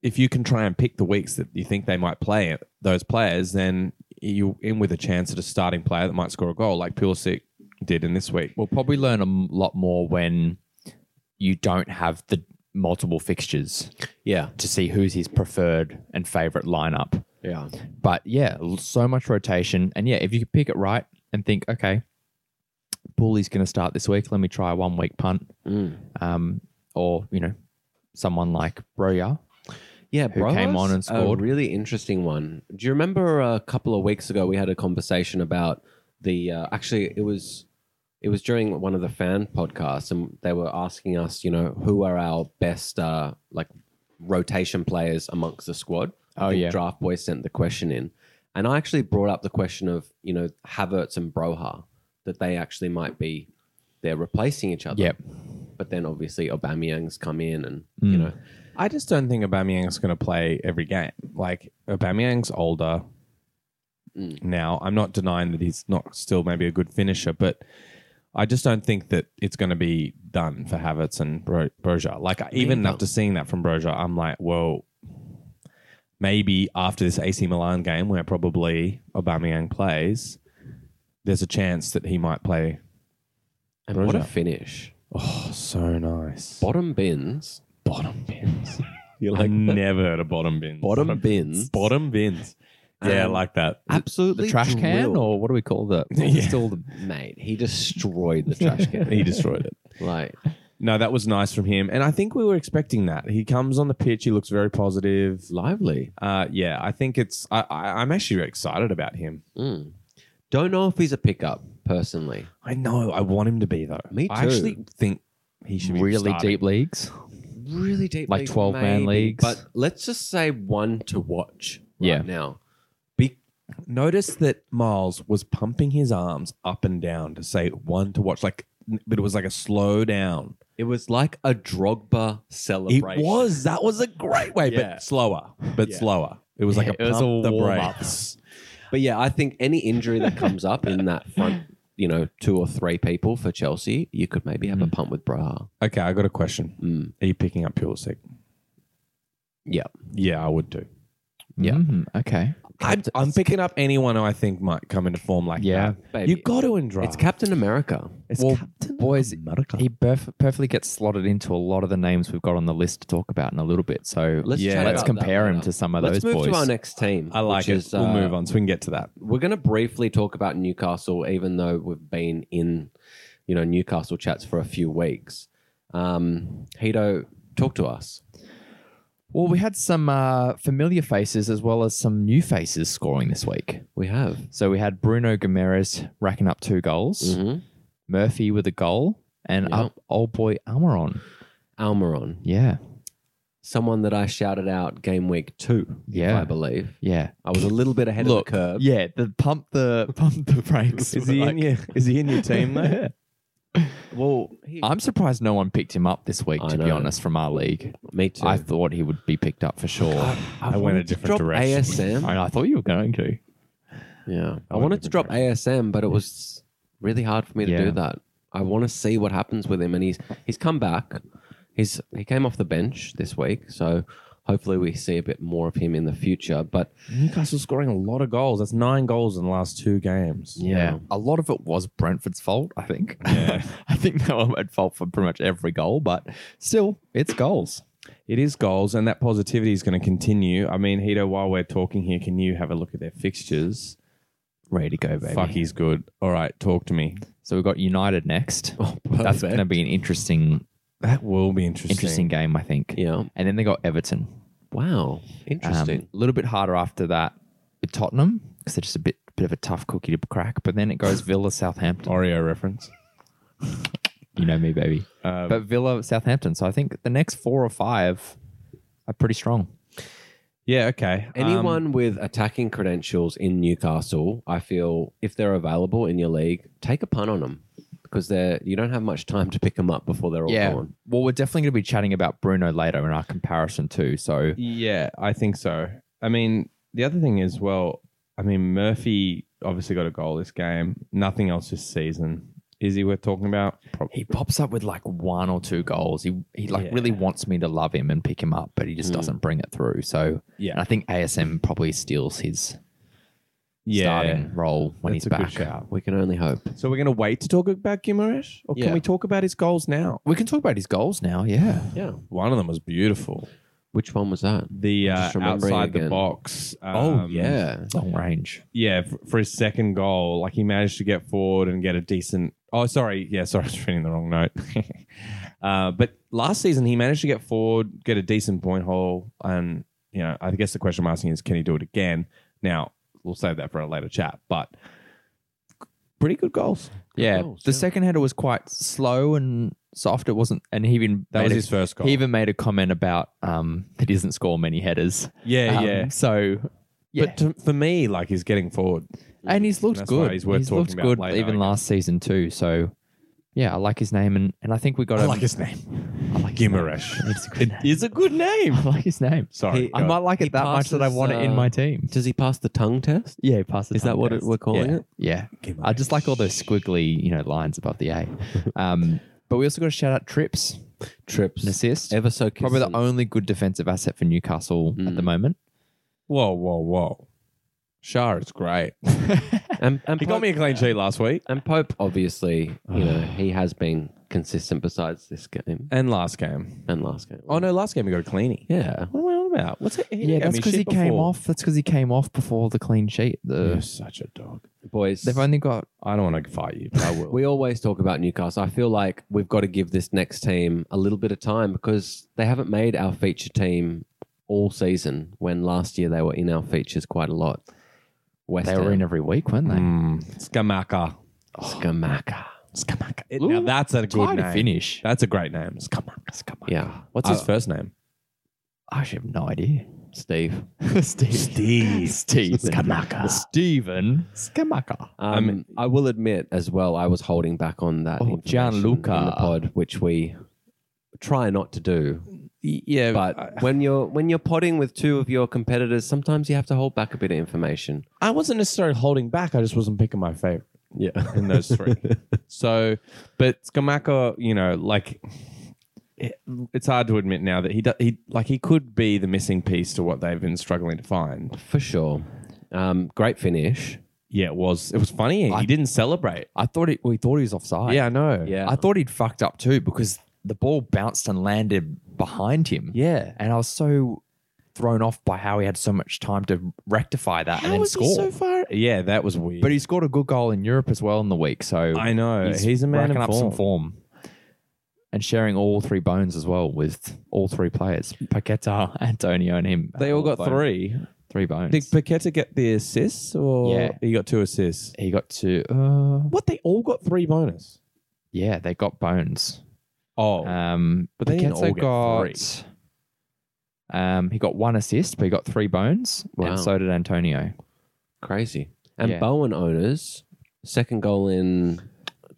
[SPEAKER 2] if you can try and pick the weeks that you think they might play it- those players, then you're in with a chance at a starting player that might score a goal, like Pulisic did in this week.
[SPEAKER 1] We'll probably learn a m- lot more when you don't have the multiple fixtures
[SPEAKER 3] yeah,
[SPEAKER 1] to see who's his preferred and favorite lineup.
[SPEAKER 3] yeah,
[SPEAKER 1] But yeah, l- so much rotation. And yeah, if you could pick it right and think, okay, Bully's going to start this week. Let me try a one week punt.
[SPEAKER 3] Mm.
[SPEAKER 1] Um, or, you know, someone like Broya.
[SPEAKER 3] yeah.
[SPEAKER 1] Who
[SPEAKER 3] Broa's
[SPEAKER 1] came on and scored.
[SPEAKER 3] A really interesting one. Do you remember a couple of weeks ago we had a conversation about the? Uh, actually, it was it was during one of the fan podcasts, and they were asking us, you know, who are our best uh, like rotation players amongst the squad. I
[SPEAKER 1] Oh,
[SPEAKER 3] think
[SPEAKER 1] yeah.
[SPEAKER 3] Draft Boy sent the question in, and I actually brought up the question of you know Havertz and Broha that they actually might be they're replacing each other.
[SPEAKER 1] Yep.
[SPEAKER 3] But then obviously Aubameyang's come in, and you
[SPEAKER 1] Mm.
[SPEAKER 3] know
[SPEAKER 2] I just don't think Aubameyang's going to play every game. Like Aubameyang's older
[SPEAKER 3] Mm.
[SPEAKER 2] now. I'm not denying that he's not still maybe a good finisher, but I just don't think that it's going to be done for Havertz and Bro- Broja. Like I- even
[SPEAKER 3] Neither.
[SPEAKER 2] after seeing that from Broja, I'm like, well, maybe after this AC Milan game where probably Aubameyang plays, there's a chance that he might play.
[SPEAKER 3] and what a
[SPEAKER 2] Broja.
[SPEAKER 3] finish.
[SPEAKER 2] Oh, so nice.
[SPEAKER 3] Bottom bins,
[SPEAKER 2] bottom bins.
[SPEAKER 3] you
[SPEAKER 2] I never heard of bottom bins.
[SPEAKER 3] bottom bins,
[SPEAKER 2] Bottom bins. Yeah, I
[SPEAKER 3] Hmm? Um,
[SPEAKER 2] like that.
[SPEAKER 3] absolutely
[SPEAKER 1] The trash can,
[SPEAKER 3] drilled.
[SPEAKER 1] or what do we call that?
[SPEAKER 2] Yeah.
[SPEAKER 1] Still the
[SPEAKER 3] mate. He destroyed the trash can.
[SPEAKER 2] he destroyed it.
[SPEAKER 3] like
[SPEAKER 2] No, that was nice from him, and I think we were expecting that. He comes on the pitch. He looks very positive.
[SPEAKER 3] lively.
[SPEAKER 2] Uh, yeah, I think it's. I, I, I'm actually excited about him.
[SPEAKER 3] Mm. Don't know if he's a pickup personally.
[SPEAKER 2] I know. I want him to be though.
[SPEAKER 3] Me
[SPEAKER 2] I
[SPEAKER 3] too.
[SPEAKER 2] actually think he should be
[SPEAKER 1] really
[SPEAKER 2] starting.
[SPEAKER 1] deep leagues.
[SPEAKER 3] Really deep,
[SPEAKER 1] Like
[SPEAKER 3] leagues,
[SPEAKER 1] 12-man
[SPEAKER 3] maybe,
[SPEAKER 1] leagues.
[SPEAKER 3] But let's just say one to watch. Right
[SPEAKER 1] Yeah.
[SPEAKER 3] Now,
[SPEAKER 2] Notice that Miles was pumping his arms up and down to say one to watch, like, but it was like a slow down.
[SPEAKER 3] it was like a Drogba
[SPEAKER 2] It
[SPEAKER 3] celebration.
[SPEAKER 2] was. That was a great way,
[SPEAKER 3] Yeah.
[SPEAKER 2] but slower. But
[SPEAKER 3] Yeah.
[SPEAKER 2] slower. It was like
[SPEAKER 1] Yeah,
[SPEAKER 2] a
[SPEAKER 1] it was a
[SPEAKER 2] pump the
[SPEAKER 1] warm up.
[SPEAKER 2] brakes.
[SPEAKER 3] But yeah, I think any injury that comes up in that front, you know, two or three people for Chelsea, you could maybe have a punt with Braha.
[SPEAKER 2] Okay, I got a question.
[SPEAKER 3] Mm.
[SPEAKER 2] Are you picking up Pulisic?
[SPEAKER 3] Yeah.
[SPEAKER 2] Yeah, I would do.
[SPEAKER 1] Yeah. Mm-hmm. okay.
[SPEAKER 2] I'm, I'm picking up anyone who I think might come into form like
[SPEAKER 1] Yeah.
[SPEAKER 2] that.
[SPEAKER 3] Baby.
[SPEAKER 2] You got to enjoy.
[SPEAKER 3] It's Captain America.
[SPEAKER 1] It's
[SPEAKER 2] Well,
[SPEAKER 1] Captain boys,
[SPEAKER 2] America.
[SPEAKER 1] he perf- perfectly gets slotted into a lot of the names we've got on the list to talk about in a little bit. So
[SPEAKER 3] Let's
[SPEAKER 1] let's,
[SPEAKER 3] Yeah. chat about
[SPEAKER 1] compare
[SPEAKER 3] that
[SPEAKER 1] him
[SPEAKER 3] later.
[SPEAKER 1] to some of
[SPEAKER 3] Let's
[SPEAKER 1] those
[SPEAKER 3] move
[SPEAKER 1] boys.
[SPEAKER 3] to our next team.
[SPEAKER 2] I like
[SPEAKER 3] which
[SPEAKER 2] it.
[SPEAKER 3] is,
[SPEAKER 2] we'll
[SPEAKER 3] uh,
[SPEAKER 2] move on so we can get to that.
[SPEAKER 3] We're going to briefly talk about Newcastle, even though we've been in, you know, Newcastle chats for a few weeks. Um, Hito, talk to us.
[SPEAKER 1] well, we had some uh, familiar faces as well as some new faces scoring this week.
[SPEAKER 3] We have.
[SPEAKER 1] So we had Bruno Gomes racking up two goals,
[SPEAKER 3] Mhm.
[SPEAKER 1] Murphy with a goal, and
[SPEAKER 3] Yeah.
[SPEAKER 1] up old boy Almiron.
[SPEAKER 3] Almiron,
[SPEAKER 1] Yeah,
[SPEAKER 3] someone that I shouted out game week two,
[SPEAKER 1] Yeah.
[SPEAKER 3] I believe.
[SPEAKER 1] yeah,
[SPEAKER 3] I was a little bit ahead
[SPEAKER 2] Look,
[SPEAKER 3] of the curve.
[SPEAKER 1] yeah. The pump the pump the brakes.
[SPEAKER 2] Is he, in your, is he in your team though?
[SPEAKER 3] Well, he-
[SPEAKER 1] I'm surprised no one picked him up this week.
[SPEAKER 3] I
[SPEAKER 1] to be
[SPEAKER 3] know.
[SPEAKER 1] honest, from our league,
[SPEAKER 3] me too.
[SPEAKER 1] I thought he would be picked up for sure.
[SPEAKER 2] I went a different direction.
[SPEAKER 1] I,
[SPEAKER 3] ASM.
[SPEAKER 1] I thought you were going to.
[SPEAKER 3] Yeah. I
[SPEAKER 2] went
[SPEAKER 3] wanted
[SPEAKER 2] a
[SPEAKER 3] to drop ASM, but it was really hard for me to
[SPEAKER 1] Yeah.
[SPEAKER 3] do that. I want to see what happens with him, and he's he's come back. He's he came off the bench this week, so hopefully we see a bit more of him in the future. But
[SPEAKER 2] Newcastle scoring a lot of goals. That's nine goals in the last two games.
[SPEAKER 3] Yeah.
[SPEAKER 1] a lot of it was Brentford's fault. I think. I think they were at fault for pretty much every goal, but still, it's goals.
[SPEAKER 2] It is goals, and that positivity is going to continue. I mean, Hito, while we're talking here, can you have a look at their fixtures?
[SPEAKER 1] Ready to go, baby.
[SPEAKER 2] Fuck, he's good. All right, talk to me.
[SPEAKER 1] So we've got United next.
[SPEAKER 3] Oh,
[SPEAKER 1] That's
[SPEAKER 3] perfect.
[SPEAKER 1] going to be an interesting,
[SPEAKER 2] That will be interesting.
[SPEAKER 1] interesting game, I think.
[SPEAKER 3] yeah,
[SPEAKER 1] And then they got Everton. Um,
[SPEAKER 3] wow, interesting.
[SPEAKER 1] a little bit harder after that with Tottenham because they're just a bit bit of a tough cookie to crack. But then it goes Villa, Southampton.
[SPEAKER 2] Oreo reference.
[SPEAKER 1] You know me, baby.
[SPEAKER 2] Um,
[SPEAKER 1] but Villa, Southampton. So I think the next four or five are pretty strong.
[SPEAKER 2] Yeah, okay. Um,
[SPEAKER 3] Anyone with attacking credentials in Newcastle, I feel if they're available in your league, take a punt on them because they're you don't have much time to pick them up before they're all gone.
[SPEAKER 1] Well, we're definitely going to be chatting about Bruno later in our comparison too. So
[SPEAKER 2] yeah, I think so. I mean, the other thing is, well, I mean, Murphy obviously got a goal this game. Nothing else this season. Is he worth talking about? Probably.
[SPEAKER 1] he pops up with like one or two goals. He he like
[SPEAKER 2] Yeah. Hmm.
[SPEAKER 1] really wants me to love him and pick him up, but he just doesn't bring it through. So
[SPEAKER 2] Yeah.
[SPEAKER 1] and I think ASM probably steals his
[SPEAKER 2] Yeah.
[SPEAKER 1] starting role when
[SPEAKER 2] That's
[SPEAKER 1] he's
[SPEAKER 2] a good
[SPEAKER 1] back.
[SPEAKER 2] shout.
[SPEAKER 3] We can only hope.
[SPEAKER 2] So we're going to wait to talk about Gimaresh? Or
[SPEAKER 3] Yeah.
[SPEAKER 2] can we talk about his goals now?
[SPEAKER 1] We can talk about his goals now. Yeah.
[SPEAKER 3] Yeah.
[SPEAKER 2] One of them was beautiful.
[SPEAKER 3] Which one was that?
[SPEAKER 2] The uh,
[SPEAKER 3] Just remembering
[SPEAKER 2] outside the
[SPEAKER 3] again.
[SPEAKER 2] box. um,
[SPEAKER 3] Oh, yeah.
[SPEAKER 1] Long range.
[SPEAKER 2] Yeah, f- for his second goal, like he managed to get forward and get a decent. Oh, sorry. Yeah, sorry. I was reading the wrong note. uh, but last season, he managed to get forward, get a decent point hole. And, you know, I guess the question I'm asking is can he do it again? Now, we'll save that for a later chat, but pretty good goals.
[SPEAKER 1] yeah.
[SPEAKER 3] goals,
[SPEAKER 1] the
[SPEAKER 3] yeah.
[SPEAKER 1] second header was quite slow and soft. It wasn't, and he even
[SPEAKER 2] That was
[SPEAKER 1] made
[SPEAKER 2] his
[SPEAKER 1] a-
[SPEAKER 2] first goal.
[SPEAKER 1] He even made a comment about um that he doesn't score many headers.
[SPEAKER 2] Yeah,
[SPEAKER 1] Um,
[SPEAKER 2] yeah.
[SPEAKER 1] So. Yeah.
[SPEAKER 2] But to, for me, like he's getting forward.
[SPEAKER 1] and he's looked
[SPEAKER 2] That's why
[SPEAKER 1] good.
[SPEAKER 2] he's
[SPEAKER 1] He's,
[SPEAKER 2] worth talking
[SPEAKER 1] looked
[SPEAKER 2] about
[SPEAKER 1] good
[SPEAKER 2] later, I
[SPEAKER 1] even
[SPEAKER 2] guess.
[SPEAKER 1] last season too. So yeah, I like his name and, and I think we got him.
[SPEAKER 2] his name.
[SPEAKER 1] I like his name.
[SPEAKER 2] Gimaresh.
[SPEAKER 1] It's a good name.
[SPEAKER 2] It's a good name.
[SPEAKER 1] I like his name.
[SPEAKER 2] Sorry.
[SPEAKER 3] He-
[SPEAKER 1] I
[SPEAKER 2] go.
[SPEAKER 1] might like it that much that I
[SPEAKER 3] passes,
[SPEAKER 1] want it in
[SPEAKER 3] uh,
[SPEAKER 1] my team.
[SPEAKER 3] Does he pass the tongue test?
[SPEAKER 1] Yeah, pass the
[SPEAKER 3] Is that
[SPEAKER 1] tongue
[SPEAKER 3] what it,
[SPEAKER 1] test.
[SPEAKER 3] we're calling
[SPEAKER 1] yeah.
[SPEAKER 3] it?
[SPEAKER 1] Yeah. I just like all those squiggly, you know, lines above the A. Um, but we also got to shout out Trips,
[SPEAKER 3] Trips.
[SPEAKER 1] an assist.
[SPEAKER 3] Ever so
[SPEAKER 1] Probably the
[SPEAKER 3] kissing.
[SPEAKER 1] only good defensive asset for Newcastle at the moment.
[SPEAKER 2] Whoa, whoa, whoa. Shar is great.
[SPEAKER 3] and, and
[SPEAKER 2] He
[SPEAKER 3] Pope,
[SPEAKER 2] got me a clean sheet last week
[SPEAKER 3] and Pope, obviously, you know, he has been consistent besides this game
[SPEAKER 2] and last game.
[SPEAKER 3] and last game.
[SPEAKER 2] Oh no, last game he got a cleanie.
[SPEAKER 3] Yeah.
[SPEAKER 2] What am I on about? What's it?
[SPEAKER 1] Yeah, that's because he came off. That's because he came off before the clean sheet. The,
[SPEAKER 2] You're such a dog.
[SPEAKER 3] Boys,
[SPEAKER 1] They've only got
[SPEAKER 2] I don't want to fight you, but I will.
[SPEAKER 3] we always talk about Newcastle. I feel like we've got to give this next team a little bit of time because they haven't made our feature team all season when last year they were in our features quite a lot. West
[SPEAKER 1] They were in
[SPEAKER 3] Ham.
[SPEAKER 1] every week, weren't they?
[SPEAKER 2] Mm. Skamaka.
[SPEAKER 3] Skamaka.
[SPEAKER 2] Skamaka.
[SPEAKER 1] Ooh,
[SPEAKER 2] now that's a good
[SPEAKER 1] Tied
[SPEAKER 2] name.
[SPEAKER 1] to finish.
[SPEAKER 2] That's a great name. Skamaka. Skamaka.
[SPEAKER 3] Yeah.
[SPEAKER 2] What's his first name?
[SPEAKER 1] I actually have no idea.
[SPEAKER 3] Steve.
[SPEAKER 1] Steve. Steve. Steve. Skamaka. Steven. Skamaka.
[SPEAKER 3] Um, I will admit as well, I was holding back on that
[SPEAKER 1] Oh,
[SPEAKER 3] information
[SPEAKER 1] Gianluca.
[SPEAKER 3] in the pod, which we try not to do.
[SPEAKER 2] Yeah,
[SPEAKER 3] But when you're when you're potting with two of your competitors, sometimes you have to hold back a bit of information.
[SPEAKER 2] I wasn't necessarily holding back. I just wasn't picking my favorite
[SPEAKER 3] Yeah,
[SPEAKER 2] in those three. so, but Skamaka, you know, like it- it's hard to admit now that he do, he like he could be the missing piece to what they've been struggling to find.
[SPEAKER 3] for sure. Um, great finish.
[SPEAKER 2] Yeah, it was it was funny. he didn't celebrate.
[SPEAKER 1] I thought he, we thought he was offside.
[SPEAKER 2] Yeah, I know.
[SPEAKER 3] Yeah.
[SPEAKER 1] I thought he'd fucked up too because the ball bounced and landed behind him.
[SPEAKER 2] Yeah.
[SPEAKER 1] And I was so thrown off by how he had so much time to rectify that and then score.
[SPEAKER 2] far? Yeah, that was weird.
[SPEAKER 1] but he scored a good goal in Europe as well in the week. So
[SPEAKER 2] I know he's, a man
[SPEAKER 1] racking
[SPEAKER 2] of
[SPEAKER 1] up some form and sharing all three bones as well with all three players Paqueta, Antonio, and him.
[SPEAKER 2] They all got
[SPEAKER 1] bones.
[SPEAKER 2] three.
[SPEAKER 1] Three bones.
[SPEAKER 2] Did Paqueta get the assists, or
[SPEAKER 1] Yeah.
[SPEAKER 2] he got two assists?
[SPEAKER 1] he got two. Uh,
[SPEAKER 2] What they all got three bonus.
[SPEAKER 1] yeah, they got bones.
[SPEAKER 2] Oh,
[SPEAKER 1] Um,
[SPEAKER 2] But they didn't all
[SPEAKER 1] Paqueta
[SPEAKER 2] get
[SPEAKER 1] got. Um, he got one assist, but he got three bones,
[SPEAKER 3] Wow.
[SPEAKER 1] and so did Antonio.
[SPEAKER 3] Crazy. And
[SPEAKER 1] Yeah.
[SPEAKER 3] Bowen owners second goal in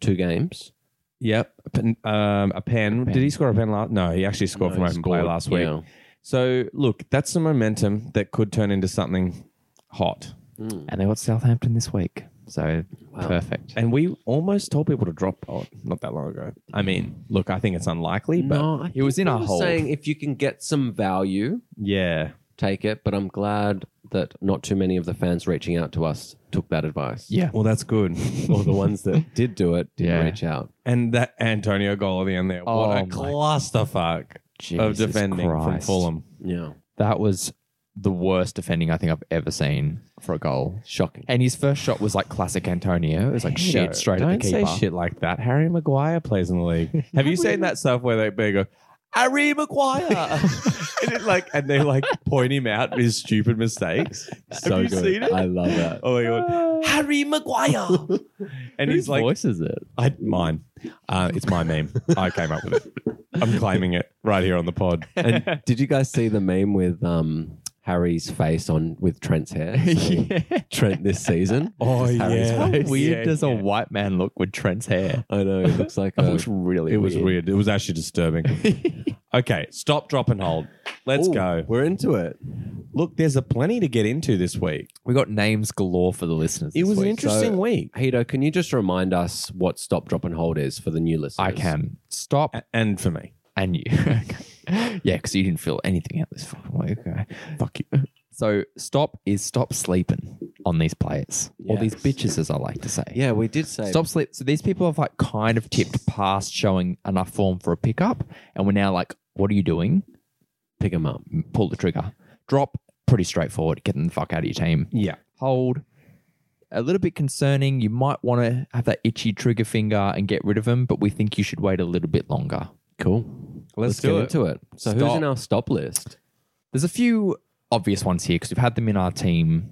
[SPEAKER 3] two games.
[SPEAKER 2] yep. A pen, um, a pen.
[SPEAKER 1] pen.
[SPEAKER 2] Did he score a pen last? No, he actually scored from
[SPEAKER 3] No,
[SPEAKER 2] open
[SPEAKER 3] he
[SPEAKER 2] play
[SPEAKER 3] scored,
[SPEAKER 2] last week.
[SPEAKER 3] yeah.
[SPEAKER 2] So look, that's some momentum that could turn into something hot.
[SPEAKER 3] Mm.
[SPEAKER 1] And they got Southampton this week. So
[SPEAKER 3] Wow.
[SPEAKER 1] perfect.
[SPEAKER 2] And we almost told people to drop Bowen not that long ago. I mean, look, I think it's unlikely, but
[SPEAKER 3] No, I
[SPEAKER 1] He was
[SPEAKER 3] think
[SPEAKER 1] in
[SPEAKER 3] we
[SPEAKER 1] a
[SPEAKER 3] were
[SPEAKER 1] hole.
[SPEAKER 3] Saying if you can get some value,
[SPEAKER 2] yeah,
[SPEAKER 3] take it. But I'm glad that not too many of the fans reaching out to us took that advice.
[SPEAKER 1] Yeah.
[SPEAKER 2] well, that's good.
[SPEAKER 3] or the ones that did do it didn't
[SPEAKER 1] Yeah.
[SPEAKER 3] reach out.
[SPEAKER 2] and that Antonio goal at the end there.
[SPEAKER 1] Oh,
[SPEAKER 2] what
[SPEAKER 1] my-
[SPEAKER 2] a clusterfuck of
[SPEAKER 1] Jesus
[SPEAKER 2] defending from
[SPEAKER 1] Christ.
[SPEAKER 2] Fulham.
[SPEAKER 3] Yeah,
[SPEAKER 1] That was the worst defending I think I've ever seen for a goal.
[SPEAKER 3] shocking.
[SPEAKER 1] And his first shot was like classic Antonio. It was like shit straight
[SPEAKER 2] Don't
[SPEAKER 1] at the keeper.
[SPEAKER 2] say shit like that. Harry Maguire plays in the league. Have you seen that stuff where they, they go, Harry Maguire? and, it like, and they like point him out his stupid mistakes.
[SPEAKER 3] so
[SPEAKER 2] Have you
[SPEAKER 3] good.
[SPEAKER 2] seen it?
[SPEAKER 3] I love that.
[SPEAKER 2] oh my God.
[SPEAKER 1] Ah.
[SPEAKER 2] Harry Maguire. and he's like,
[SPEAKER 1] voice is it?
[SPEAKER 2] I, mine. Uh, it's my meme. I came up with it. I'm claiming it right here on the pod.
[SPEAKER 3] And did you guys see the meme with um, Harry's face on with Trent's hair? So, Trent this season.
[SPEAKER 2] Oh,
[SPEAKER 3] It's Harry's
[SPEAKER 2] yeah.
[SPEAKER 1] How
[SPEAKER 3] face.
[SPEAKER 1] weird
[SPEAKER 2] Yeah,
[SPEAKER 1] does a
[SPEAKER 2] yeah.
[SPEAKER 1] white man look with Trent's hair?
[SPEAKER 3] I know. It looks like
[SPEAKER 1] It
[SPEAKER 3] a,
[SPEAKER 1] looks really
[SPEAKER 2] It was weird. It was actually disturbing. okay, stop, drop, and hold. Let's
[SPEAKER 3] Ooh,
[SPEAKER 2] go.
[SPEAKER 3] We're into it.
[SPEAKER 2] Look, there's a plenty to get into this week.
[SPEAKER 1] We got names galore for the listeners.
[SPEAKER 2] It
[SPEAKER 1] this
[SPEAKER 2] was an
[SPEAKER 1] week.
[SPEAKER 2] interesting
[SPEAKER 3] So-
[SPEAKER 2] week.
[SPEAKER 3] Hito, can you just remind us what stop, drop, and hold is for the new listeners?
[SPEAKER 1] I can stop
[SPEAKER 2] A- and for me.
[SPEAKER 1] and you. Okay. yeah, because you didn't feel anything out this fucking week. Okay.
[SPEAKER 2] Fuck you.
[SPEAKER 1] So stop is stop sleeping on these players or these
[SPEAKER 3] Yes.
[SPEAKER 1] bitches, as I like to say.
[SPEAKER 3] Yeah, we did say
[SPEAKER 1] Stop sleep. So these people have like kind of tipped past showing enough form for a pickup, and we're now like, what are you doing?
[SPEAKER 3] pick them up.
[SPEAKER 1] M- Pull the trigger. Drop. Pretty straightforward. Get them the fuck out of your team.
[SPEAKER 2] Yeah.
[SPEAKER 1] Hold. A little bit concerning. You might want to have that itchy trigger finger and get rid of them, but we think you should wait a little bit longer.
[SPEAKER 3] Cool.
[SPEAKER 2] Let's,
[SPEAKER 3] get
[SPEAKER 2] do it.
[SPEAKER 3] into it. So who's
[SPEAKER 2] Stop.
[SPEAKER 3] in our stop list?
[SPEAKER 1] There's a few obvious ones here because we've had them in our team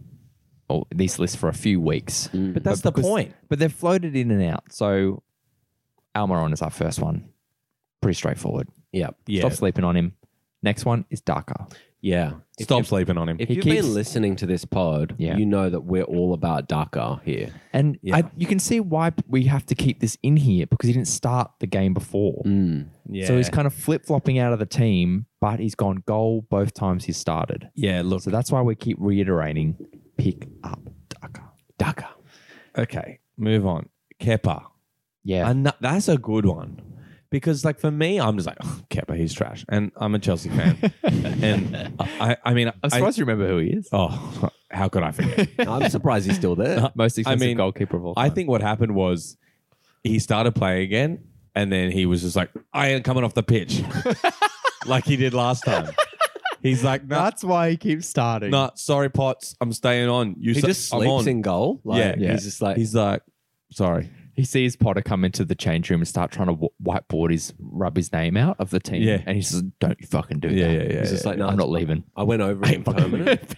[SPEAKER 1] or these lists for a few weeks.
[SPEAKER 2] But that's the
[SPEAKER 1] because-
[SPEAKER 2] point.
[SPEAKER 1] But they've floated in and out. So Almiron is our first one. Pretty straightforward.
[SPEAKER 3] Yeah.
[SPEAKER 2] Yeah.
[SPEAKER 1] Stop
[SPEAKER 2] Stop,
[SPEAKER 1] sleeping on him. Next one is Daka.
[SPEAKER 3] Yeah. If you-
[SPEAKER 2] sleeping on him.
[SPEAKER 3] If
[SPEAKER 1] He
[SPEAKER 3] you've
[SPEAKER 1] keeps-
[SPEAKER 3] been listening to this pod,
[SPEAKER 1] Yeah.
[SPEAKER 3] you know that we're all about Dakar here.
[SPEAKER 1] And
[SPEAKER 2] Yeah.
[SPEAKER 1] I, you can see why we have to keep this in here because he didn't start the game before.
[SPEAKER 3] Mm.
[SPEAKER 2] yeah.
[SPEAKER 1] So he's kind of flip flopping out of the team, but he's gone goal both times he started.
[SPEAKER 2] yeah, look.
[SPEAKER 1] So that's why we keep reiterating pick up Daka.
[SPEAKER 3] Dakar.
[SPEAKER 2] Okay, move on. Kepa.
[SPEAKER 1] Yeah.
[SPEAKER 2] Ano- that's a good one. Because, like, for me, I'm just like, oh, Kepa, he's trash. And I'm a Chelsea fan. and I, I mean,
[SPEAKER 1] I'm surprised you remember who he is.
[SPEAKER 2] I, oh, how could I forget?
[SPEAKER 3] I'm surprised he's still there.
[SPEAKER 1] Most expensive
[SPEAKER 2] mean,
[SPEAKER 1] goalkeeper of all
[SPEAKER 2] I
[SPEAKER 1] time.
[SPEAKER 2] think what happened was he started playing again, and then he was just like, "I ain't coming off the pitch," like he did last time. He's like, "No, nah,
[SPEAKER 1] why he keeps starting.
[SPEAKER 2] nah, sorry, Potts, I'm staying on." You
[SPEAKER 3] He
[SPEAKER 2] s-
[SPEAKER 3] just
[SPEAKER 2] I'm
[SPEAKER 3] sleeps
[SPEAKER 2] on."
[SPEAKER 3] in goal. Like,
[SPEAKER 2] Yeah.
[SPEAKER 1] Yeah.
[SPEAKER 3] He's just like,
[SPEAKER 2] He's like, "Sorry,
[SPEAKER 1] He sees Potter come into the change room and start trying to w- whiteboard his rub his name out of the team.
[SPEAKER 2] Yeah.
[SPEAKER 1] and he says, "Don't you fucking do
[SPEAKER 2] Yeah,
[SPEAKER 1] that."
[SPEAKER 2] yeah, yeah,
[SPEAKER 1] He's just
[SPEAKER 3] yeah,
[SPEAKER 1] like,
[SPEAKER 3] yeah.
[SPEAKER 1] "No, I'm not leaving."
[SPEAKER 3] I went over him permanent.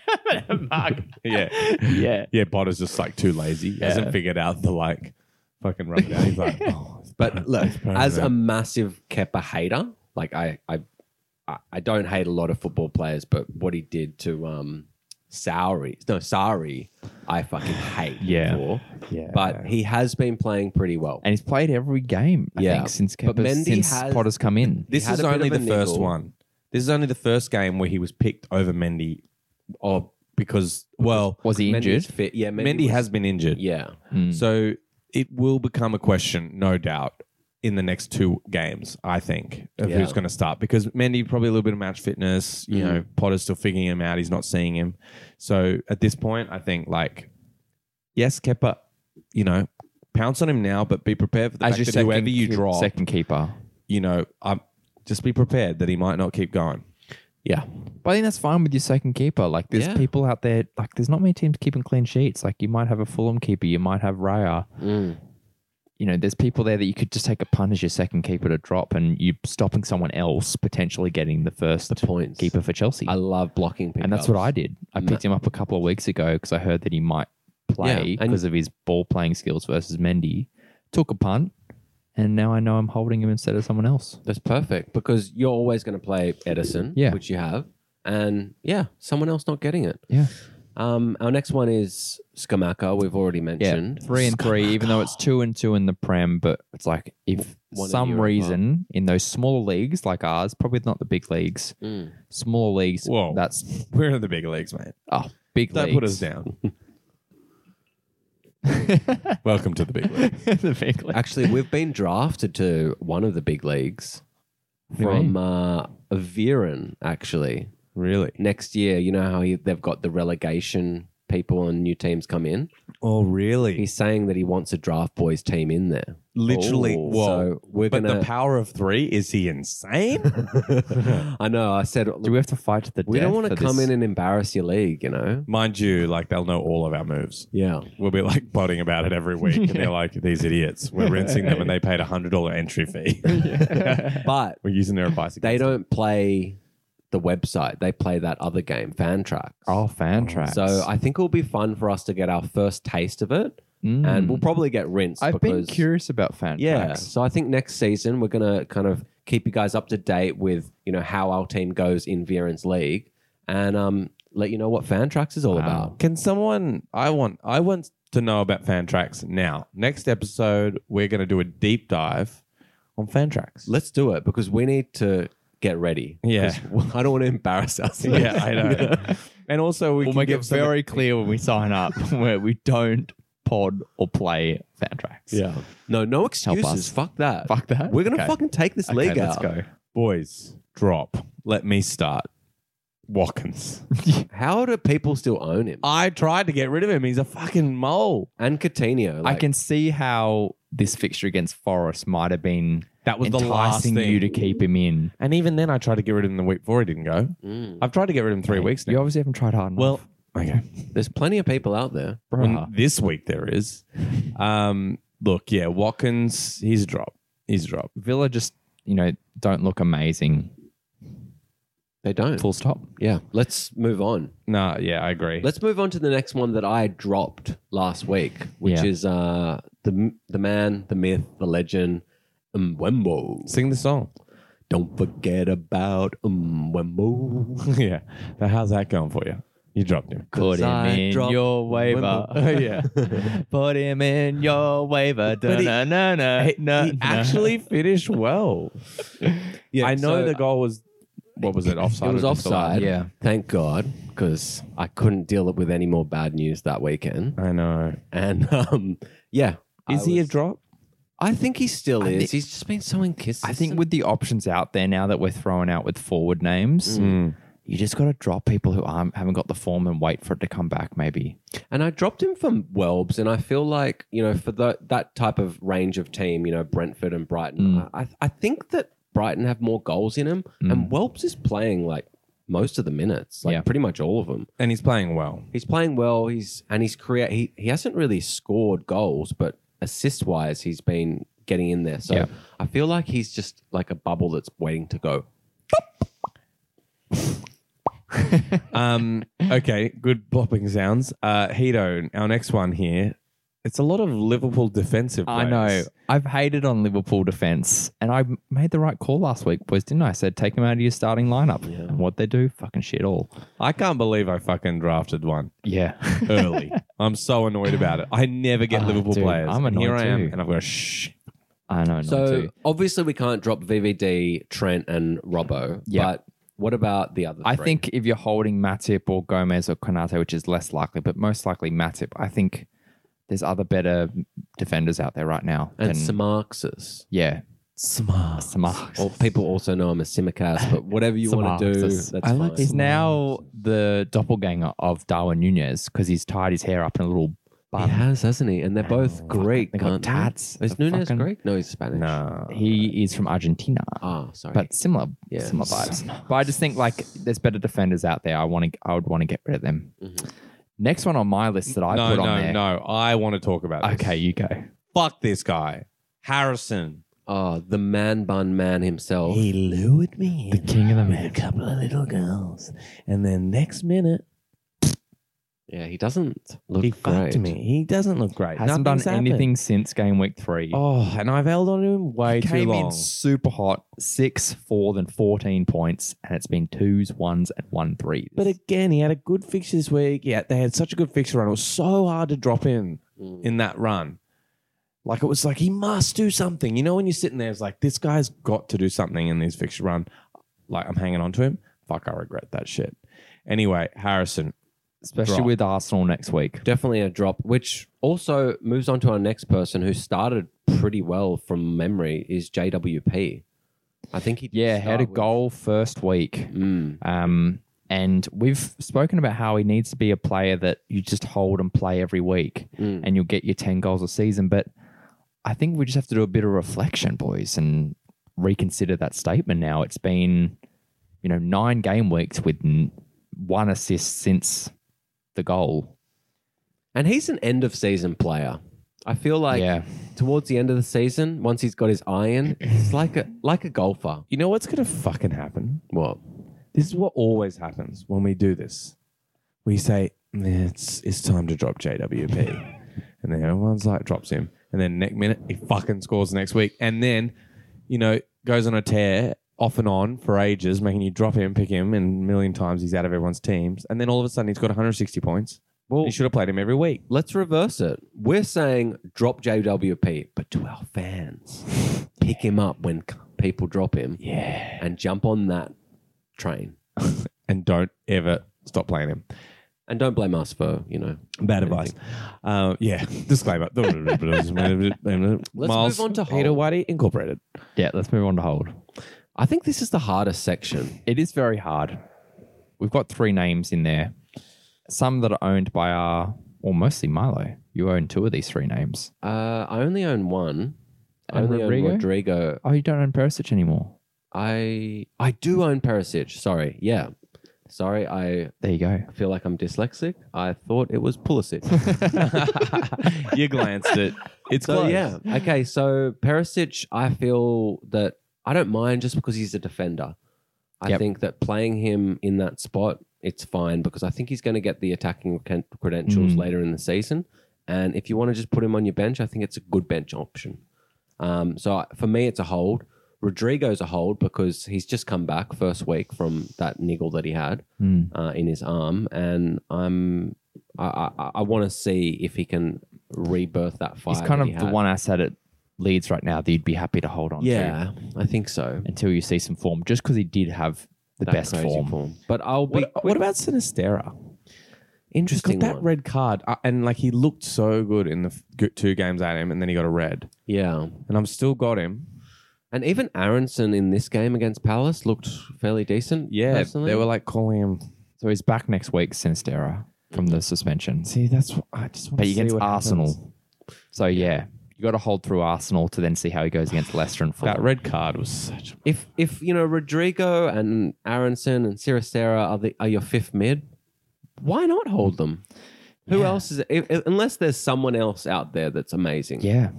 [SPEAKER 1] Mark.
[SPEAKER 2] yeah.
[SPEAKER 1] Yeah.
[SPEAKER 2] Yeah, Potter's just like too lazy. He Hasn't figured out the like fucking rub it out. He's like, oh, it's
[SPEAKER 3] But look,
[SPEAKER 2] permanent.
[SPEAKER 3] as a massive Kepa hater, like I, I, I- I don't hate a lot of football players, but what he did to um, Sowry, no Sari, I fucking hate.
[SPEAKER 1] Yeah.
[SPEAKER 3] for.
[SPEAKER 1] Yeah.
[SPEAKER 3] but he has been playing pretty well.
[SPEAKER 1] and he's played every game I
[SPEAKER 3] Yeah.
[SPEAKER 1] think since
[SPEAKER 3] But
[SPEAKER 1] Kepa's,
[SPEAKER 3] Mendy
[SPEAKER 1] since
[SPEAKER 3] has-
[SPEAKER 1] Potter's come in.
[SPEAKER 2] this
[SPEAKER 3] had
[SPEAKER 2] is
[SPEAKER 3] a bit
[SPEAKER 2] only
[SPEAKER 3] of a
[SPEAKER 2] the first
[SPEAKER 3] niggle.
[SPEAKER 2] one. This is only the first game where he was picked over Mendy, or because well,
[SPEAKER 1] Was he
[SPEAKER 3] Mendy's
[SPEAKER 1] injured?
[SPEAKER 3] Fit. Yeah, Mendy,
[SPEAKER 2] Mendy
[SPEAKER 3] was-
[SPEAKER 2] has been injured.
[SPEAKER 3] Yeah,
[SPEAKER 1] Mm.
[SPEAKER 2] So it will become a question, no doubt, in the next two games, I think, of
[SPEAKER 3] Yeah.
[SPEAKER 2] who's going to start. Because Mendy, probably a little bit of match fitness. You
[SPEAKER 1] Mm.
[SPEAKER 2] know, Potter's still figuring him out. He's not seeing him. So at this point, I think, like, yes, Kepa, you know, pounce on him now, but be prepared for the
[SPEAKER 1] As
[SPEAKER 2] fact
[SPEAKER 1] your
[SPEAKER 2] that
[SPEAKER 1] second
[SPEAKER 2] whoever you
[SPEAKER 1] keep-
[SPEAKER 2] draw,
[SPEAKER 1] second keeper.
[SPEAKER 2] you know, um, just be prepared that he might not keep going.
[SPEAKER 3] yeah.
[SPEAKER 1] But I think that's fine with your second keeper. Like there's
[SPEAKER 3] Yeah.
[SPEAKER 1] people out there, like there's not many teams keeping clean sheets. Like you might have a Fulham keeper, you might have Raya.
[SPEAKER 3] Mm.
[SPEAKER 1] You know, there's people there that you could just take a punt as your second keeper to drop and you stopping someone else potentially getting the first
[SPEAKER 3] Points.
[SPEAKER 1] keeper for Chelsea.
[SPEAKER 3] I love blocking. Pickups. Mm.
[SPEAKER 1] and that's what I did. I picked him up a couple of weeks ago because I heard that he might play
[SPEAKER 3] and-
[SPEAKER 1] because of his ball playing skills versus Mendy. Took a punt, and now I know I'm holding him instead of someone else.
[SPEAKER 3] That's perfect because you're always going to play Edison,
[SPEAKER 1] Yeah.
[SPEAKER 3] which you have, and yeah, someone else not getting it.
[SPEAKER 1] Yeah,
[SPEAKER 3] Um, our next one is Skamaka. We've already
[SPEAKER 1] yeah,
[SPEAKER 3] mentioned.
[SPEAKER 1] three and three. Even though it's two and two in the Prem, but it's like if
[SPEAKER 3] One in
[SPEAKER 1] some
[SPEAKER 3] Europe,
[SPEAKER 1] reason in those smaller leagues like ours, probably not the big leagues,
[SPEAKER 3] Mm.
[SPEAKER 1] smaller leagues.
[SPEAKER 2] Whoa.
[SPEAKER 1] that's
[SPEAKER 2] We're in the big leagues, mate.
[SPEAKER 1] oh big
[SPEAKER 2] Don't
[SPEAKER 1] leagues.
[SPEAKER 2] put us down. Welcome to the big leagues.
[SPEAKER 1] the big league.
[SPEAKER 3] Actually, we've been drafted to one of the big leagues
[SPEAKER 1] do you
[SPEAKER 3] from uh, Viren. Actually,
[SPEAKER 2] Really?
[SPEAKER 3] next year, you know how he, they've got the relegation people and new teams come in.
[SPEAKER 2] Oh, really?
[SPEAKER 3] He's saying that he wants a draft boys team in there.
[SPEAKER 2] Literally,
[SPEAKER 3] Oh.
[SPEAKER 2] whoa.
[SPEAKER 3] So we're
[SPEAKER 2] but
[SPEAKER 3] gonna-
[SPEAKER 2] the power of three, is he insane?
[SPEAKER 3] I know. I said
[SPEAKER 1] Do we have to fight to the
[SPEAKER 3] we don't
[SPEAKER 1] death
[SPEAKER 3] want to
[SPEAKER 1] for
[SPEAKER 3] come
[SPEAKER 1] this?
[SPEAKER 3] in and embarrass your league. You know.
[SPEAKER 2] Mind you, like they'll know all of our moves.
[SPEAKER 3] Yeah.
[SPEAKER 2] We'll be like butting about it every week. And they're like, these idiots. We're rinsing them and they paid a hundred dollar entry fee.
[SPEAKER 3] But
[SPEAKER 2] We're using their advice.
[SPEAKER 3] they
[SPEAKER 2] against
[SPEAKER 3] don't play the website. They play that other game, Fan Tracks.
[SPEAKER 1] Oh, fan tracks.
[SPEAKER 3] So I think it'll be fun for us to get our first taste of it, and
[SPEAKER 1] Mm.
[SPEAKER 3] we'll probably get rinsed.
[SPEAKER 1] Hmm. I've been
[SPEAKER 3] because,
[SPEAKER 1] curious about fan
[SPEAKER 3] Yeah.
[SPEAKER 1] tracks.
[SPEAKER 3] So I think next season we're gonna kind of keep you guys up to date with you know how our team goes in Viren's league, and um, let you know what Fan Tracks is all
[SPEAKER 1] Wow.
[SPEAKER 3] about.
[SPEAKER 2] Can someone? I want. I want to know about fan tracks now. Next episode, we're going to do a deep dive on fan tracks.
[SPEAKER 3] Let's do it because we need to get ready.
[SPEAKER 2] Yeah.
[SPEAKER 3] 'Cause I don't want to embarrass ourselves.
[SPEAKER 2] yeah, I know. and also, we
[SPEAKER 1] we'll
[SPEAKER 2] can
[SPEAKER 1] make
[SPEAKER 2] give
[SPEAKER 1] it
[SPEAKER 2] some-
[SPEAKER 1] very clear when we sign up where we don't pod or play soundtracks.
[SPEAKER 3] Yeah. No, no excuses.
[SPEAKER 1] us.
[SPEAKER 3] Fuck that.
[SPEAKER 1] Fuck that.
[SPEAKER 3] We're gonna
[SPEAKER 1] Okay.
[SPEAKER 3] fucking take this
[SPEAKER 1] Okay,
[SPEAKER 3] league
[SPEAKER 1] let's
[SPEAKER 3] out.
[SPEAKER 1] go.
[SPEAKER 2] boys drop. Let me start. Watkins.
[SPEAKER 3] How do people still own him?
[SPEAKER 2] I tried to get rid of him. He's a fucking mole.
[SPEAKER 3] and Coutinho.
[SPEAKER 1] I
[SPEAKER 3] Like,
[SPEAKER 1] can see how this fixture against Forest might have been
[SPEAKER 2] That was the last
[SPEAKER 1] enticing
[SPEAKER 2] thing.
[SPEAKER 1] you to keep him in.
[SPEAKER 2] and even then, I tried to get rid of him the week before he didn't go.
[SPEAKER 3] Mm.
[SPEAKER 2] I've tried to get rid of him three weeks
[SPEAKER 1] You
[SPEAKER 2] now.
[SPEAKER 1] obviously haven't tried hard enough.
[SPEAKER 2] Well, okay.
[SPEAKER 3] There's plenty of people out there.
[SPEAKER 1] Bruh.
[SPEAKER 2] Well, this week there is. Um, look, yeah, Watkins. He's a drop. He's a drop.
[SPEAKER 1] Villa just you know don't look amazing.
[SPEAKER 3] They don't.
[SPEAKER 1] Full stop.
[SPEAKER 3] Yeah. Let's move on.
[SPEAKER 2] Nah, yeah, I agree.
[SPEAKER 3] Let's move on to the next one that I dropped last week, which
[SPEAKER 1] Yeah.
[SPEAKER 3] is uh, the the man, the myth, the legend, Mwembo.
[SPEAKER 2] sing the song.
[SPEAKER 3] Don't forget about Mwembo.
[SPEAKER 2] yeah. Now, how's that going for you? You dropped him.
[SPEAKER 1] Put him
[SPEAKER 3] I
[SPEAKER 1] in
[SPEAKER 3] dropped
[SPEAKER 1] your waiver. yeah. Put him in your waiver.
[SPEAKER 2] But he-
[SPEAKER 1] No, no, no,
[SPEAKER 2] He, he actually finished well.
[SPEAKER 3] Yeah,
[SPEAKER 2] I know
[SPEAKER 3] so
[SPEAKER 2] the goal was. What was it? Offside.
[SPEAKER 3] It was
[SPEAKER 2] or disallowed?
[SPEAKER 3] offside.
[SPEAKER 1] Yeah.
[SPEAKER 3] Thank God, because I couldn't deal with any more bad news that weekend.
[SPEAKER 2] I know.
[SPEAKER 3] And um, yeah,
[SPEAKER 2] Is
[SPEAKER 3] I
[SPEAKER 2] he a
[SPEAKER 3] was-
[SPEAKER 2] drop?
[SPEAKER 3] I think he still
[SPEAKER 1] I
[SPEAKER 3] is.
[SPEAKER 1] think-
[SPEAKER 3] He's just been so inconsistent.
[SPEAKER 1] I think with the options out there now that we're throwing out with forward names,
[SPEAKER 2] Mm.
[SPEAKER 1] you just got to drop people who aren't, haven't got the form and wait for it to come back. Maybe
[SPEAKER 3] And I dropped him from Welbs, and I feel like you know for the, that type of range of team, you know Brentford and Brighton, I, I think that Brighton have more goals in him, and Welbs is playing like most of the minutes, like
[SPEAKER 1] Yeah.
[SPEAKER 3] pretty much all of them.
[SPEAKER 2] And he's playing well.
[SPEAKER 3] He's playing well. He's and he's create. He he hasn't really scored goals, but assist wise, he's been getting in there. So
[SPEAKER 1] Yeah.
[SPEAKER 3] I feel like he's just like a bubble that's waiting to go.
[SPEAKER 2] Um, okay, good bopping sounds. Uh, Hito, our next one here. It's a lot of Liverpool defensive.
[SPEAKER 1] I know.
[SPEAKER 2] players.
[SPEAKER 1] I've hated on Liverpool defense, and I m- made the right call last week, boys, didn't I? I said take him out of your starting lineup, and what they do, fucking shit all.
[SPEAKER 2] I can't believe I fucking drafted one
[SPEAKER 1] Yeah,
[SPEAKER 2] early. I'm so annoyed about it. I never get
[SPEAKER 1] Ah,
[SPEAKER 2] Liverpool
[SPEAKER 1] dude,
[SPEAKER 2] players.
[SPEAKER 1] I'm
[SPEAKER 2] And Here
[SPEAKER 1] annoyed
[SPEAKER 2] I am,
[SPEAKER 1] too.
[SPEAKER 2] and I've got a shh.
[SPEAKER 1] I know. So
[SPEAKER 3] So obviously we can't drop VVD, Trent, and Robbo.
[SPEAKER 1] Yeah.
[SPEAKER 3] But what about the other?
[SPEAKER 1] I
[SPEAKER 3] three?
[SPEAKER 1] think if you're holding Matip or Gomez or Konate, which is less likely, but most likely Matip, I think there's other better defenders out there right now.
[SPEAKER 3] and
[SPEAKER 1] than-
[SPEAKER 3] Symarxis.
[SPEAKER 1] yeah, Smart. Oh,
[SPEAKER 3] Or people also know him as Simicast, but whatever you want to do,
[SPEAKER 1] Symarxis.
[SPEAKER 3] that's
[SPEAKER 2] I
[SPEAKER 3] fine.
[SPEAKER 2] like
[SPEAKER 1] He's now the doppelganger of Darwin Nunez because he's tied his hair up in a little
[SPEAKER 3] he
[SPEAKER 1] bun.
[SPEAKER 3] has, hasn't he? And they're both Greek.
[SPEAKER 1] They got
[SPEAKER 3] aren't
[SPEAKER 1] tats.
[SPEAKER 3] Is
[SPEAKER 1] They're
[SPEAKER 3] Nunes
[SPEAKER 1] fucking-
[SPEAKER 3] Greek? No, he's Spanish.
[SPEAKER 2] Nah.
[SPEAKER 1] He is from Argentina.
[SPEAKER 3] Ah, sorry.
[SPEAKER 1] but similar
[SPEAKER 3] Yeah.
[SPEAKER 1] similar vibes. But I just think like there's better defenders out there. I want to I would want to get rid of them.
[SPEAKER 3] Mm-hmm.
[SPEAKER 1] Next one on my list that I
[SPEAKER 2] no,
[SPEAKER 1] put
[SPEAKER 2] no,
[SPEAKER 1] on there.
[SPEAKER 2] no. I want to talk about this.
[SPEAKER 1] Okay, you go.
[SPEAKER 2] Fuck this guy. Harrison.
[SPEAKER 3] oh, the man bun man himself.
[SPEAKER 2] lured me. The
[SPEAKER 1] king of the
[SPEAKER 2] man. A couple of little girls. And then next minute,
[SPEAKER 3] yeah, he doesn't look great.
[SPEAKER 2] He doesn't look great.
[SPEAKER 1] Hasn't done anything since game week three.
[SPEAKER 2] Oh, and I've held on to him way too
[SPEAKER 1] Came
[SPEAKER 2] long.
[SPEAKER 1] in super hot, six, four, then 14 points, and it's been twos, ones, and one threes.
[SPEAKER 2] But again, he had a good fix this week. Yeah, they had such a good fixture run. It was so hard to drop him
[SPEAKER 3] Mm.
[SPEAKER 2] in that run. Like it was like he must do something. You know, when you're sitting there, it's like this guy's got to do something in this fixture run. Like I'm hanging on to him. Fuck, I regret that shit. Anyway, Harrison.
[SPEAKER 1] especially
[SPEAKER 2] drop.
[SPEAKER 1] with Arsenal next week.
[SPEAKER 3] Definitely a drop, which also moves on to our next person who started pretty well from memory is JWP. I think he did
[SPEAKER 1] Yeah, had
[SPEAKER 3] start
[SPEAKER 1] a
[SPEAKER 3] with-
[SPEAKER 1] goal first week.
[SPEAKER 3] Mm,
[SPEAKER 1] Um, and we've spoken about how he needs to be a player that you just hold and play every week.
[SPEAKER 3] mm.
[SPEAKER 1] and you'll get your 10 goals a season. But I think we just have to do a bit of reflection, boys, and reconsider that statement now. It's been, you know, nine game weeks with n- one assist since the goal.
[SPEAKER 3] And he's an end of season player. I feel like
[SPEAKER 1] yeah.
[SPEAKER 3] towards the end of the season, once he's got his eye in, it's like a like a golfer.
[SPEAKER 2] You know what's gonna fucking happen?
[SPEAKER 3] What?
[SPEAKER 2] This is what always happens when we do this. We say, "Nah, it's it's time to drop JWP. and then everyone's like drops him. And then next minute he fucking scores next week. And then, you know, goes on a tear off and on for ages, making you drop him, pick him, and a million times he's out of everyone's teams. And then all of a sudden he's got 160 points.
[SPEAKER 3] Well,
[SPEAKER 2] You should have played him every week.
[SPEAKER 3] let's reverse it. We're saying drop JWP, but to our fans, pick him up when c- people drop him
[SPEAKER 1] Yeah.
[SPEAKER 3] and jump on that train.
[SPEAKER 2] And don't ever stop playing him.
[SPEAKER 3] And don't blame us for, you know.
[SPEAKER 2] Bad advice. Uh, yeah, disclaimer. Let's
[SPEAKER 3] move on to
[SPEAKER 2] Peter
[SPEAKER 3] Hull.
[SPEAKER 2] Whitey Incorporated.
[SPEAKER 1] Yeah. Let's move on to hold.
[SPEAKER 3] I think this is the hardest section.
[SPEAKER 1] It is very hard. We've got three names in there, some that are owned by our, well, mostly Milo. You own two of these three names.
[SPEAKER 3] Uh, I only own one. I
[SPEAKER 1] And
[SPEAKER 3] only
[SPEAKER 1] Rodrigo?
[SPEAKER 3] own Rodrigo.
[SPEAKER 1] Oh, you don't own Perisic anymore.
[SPEAKER 3] I I do own Perisic. Sorry. Yeah. Sorry, I
[SPEAKER 1] There you go.
[SPEAKER 3] feel like I'm dyslexic. I thought it was Pulisic.
[SPEAKER 2] you glanced it. It's
[SPEAKER 3] So
[SPEAKER 2] close.
[SPEAKER 3] yeah, okay. So Perisic, I feel that I don't mind just because he's a defender. I
[SPEAKER 1] Yep.
[SPEAKER 3] think that playing him in that spot, it's fine because I think he's going to get the attacking cren- credentials
[SPEAKER 1] Mm.
[SPEAKER 3] later in the season. And if you want to just put him on your bench, I think it's a good bench option. Um, so I- for me, it's a hold. Rodrigo's a hold because he's just come back first week from that niggle that he had
[SPEAKER 1] Hmm.
[SPEAKER 3] uh, in his arm, and I'm I, I, I want to see if he can rebirth that fire.
[SPEAKER 1] He's kind
[SPEAKER 3] that
[SPEAKER 1] of
[SPEAKER 3] he
[SPEAKER 1] the
[SPEAKER 3] had.
[SPEAKER 1] one asset at Leeds right now that you'd be happy to hold on to.
[SPEAKER 3] Yeah, I think so.
[SPEAKER 1] until you see some form, just because he did have the
[SPEAKER 3] That
[SPEAKER 1] best
[SPEAKER 3] crazy
[SPEAKER 1] form.
[SPEAKER 3] But I'll be
[SPEAKER 2] What, what about Sinistera? He's
[SPEAKER 3] interesting.
[SPEAKER 2] got that
[SPEAKER 3] one.
[SPEAKER 2] red card, uh, and like he looked so good in the f- good two games at him, and then he got a red,
[SPEAKER 3] yeah,
[SPEAKER 2] and I'm still got him.
[SPEAKER 3] and even Aronson in this game against Palace looked fairly decent.
[SPEAKER 2] Yeah,
[SPEAKER 3] personally.
[SPEAKER 2] they were like calling him.
[SPEAKER 1] So he's back next week, Sinistera, from the suspension.
[SPEAKER 2] See, that's what I just want
[SPEAKER 1] But
[SPEAKER 2] to
[SPEAKER 1] he
[SPEAKER 2] see
[SPEAKER 1] gets
[SPEAKER 2] what
[SPEAKER 1] Arsenal.
[SPEAKER 2] happens.
[SPEAKER 1] So yeah, you got to hold through Arsenal to then see how he goes against Leicester and
[SPEAKER 2] That
[SPEAKER 1] Fulham.
[SPEAKER 2] red card was such.
[SPEAKER 3] If if you know Rodrigo and Aronson and Sarah Sarah are the are your fifth mid, why not hold them? Who else is it? If- if- unless there's someone else out there that's amazing.
[SPEAKER 1] Yeah.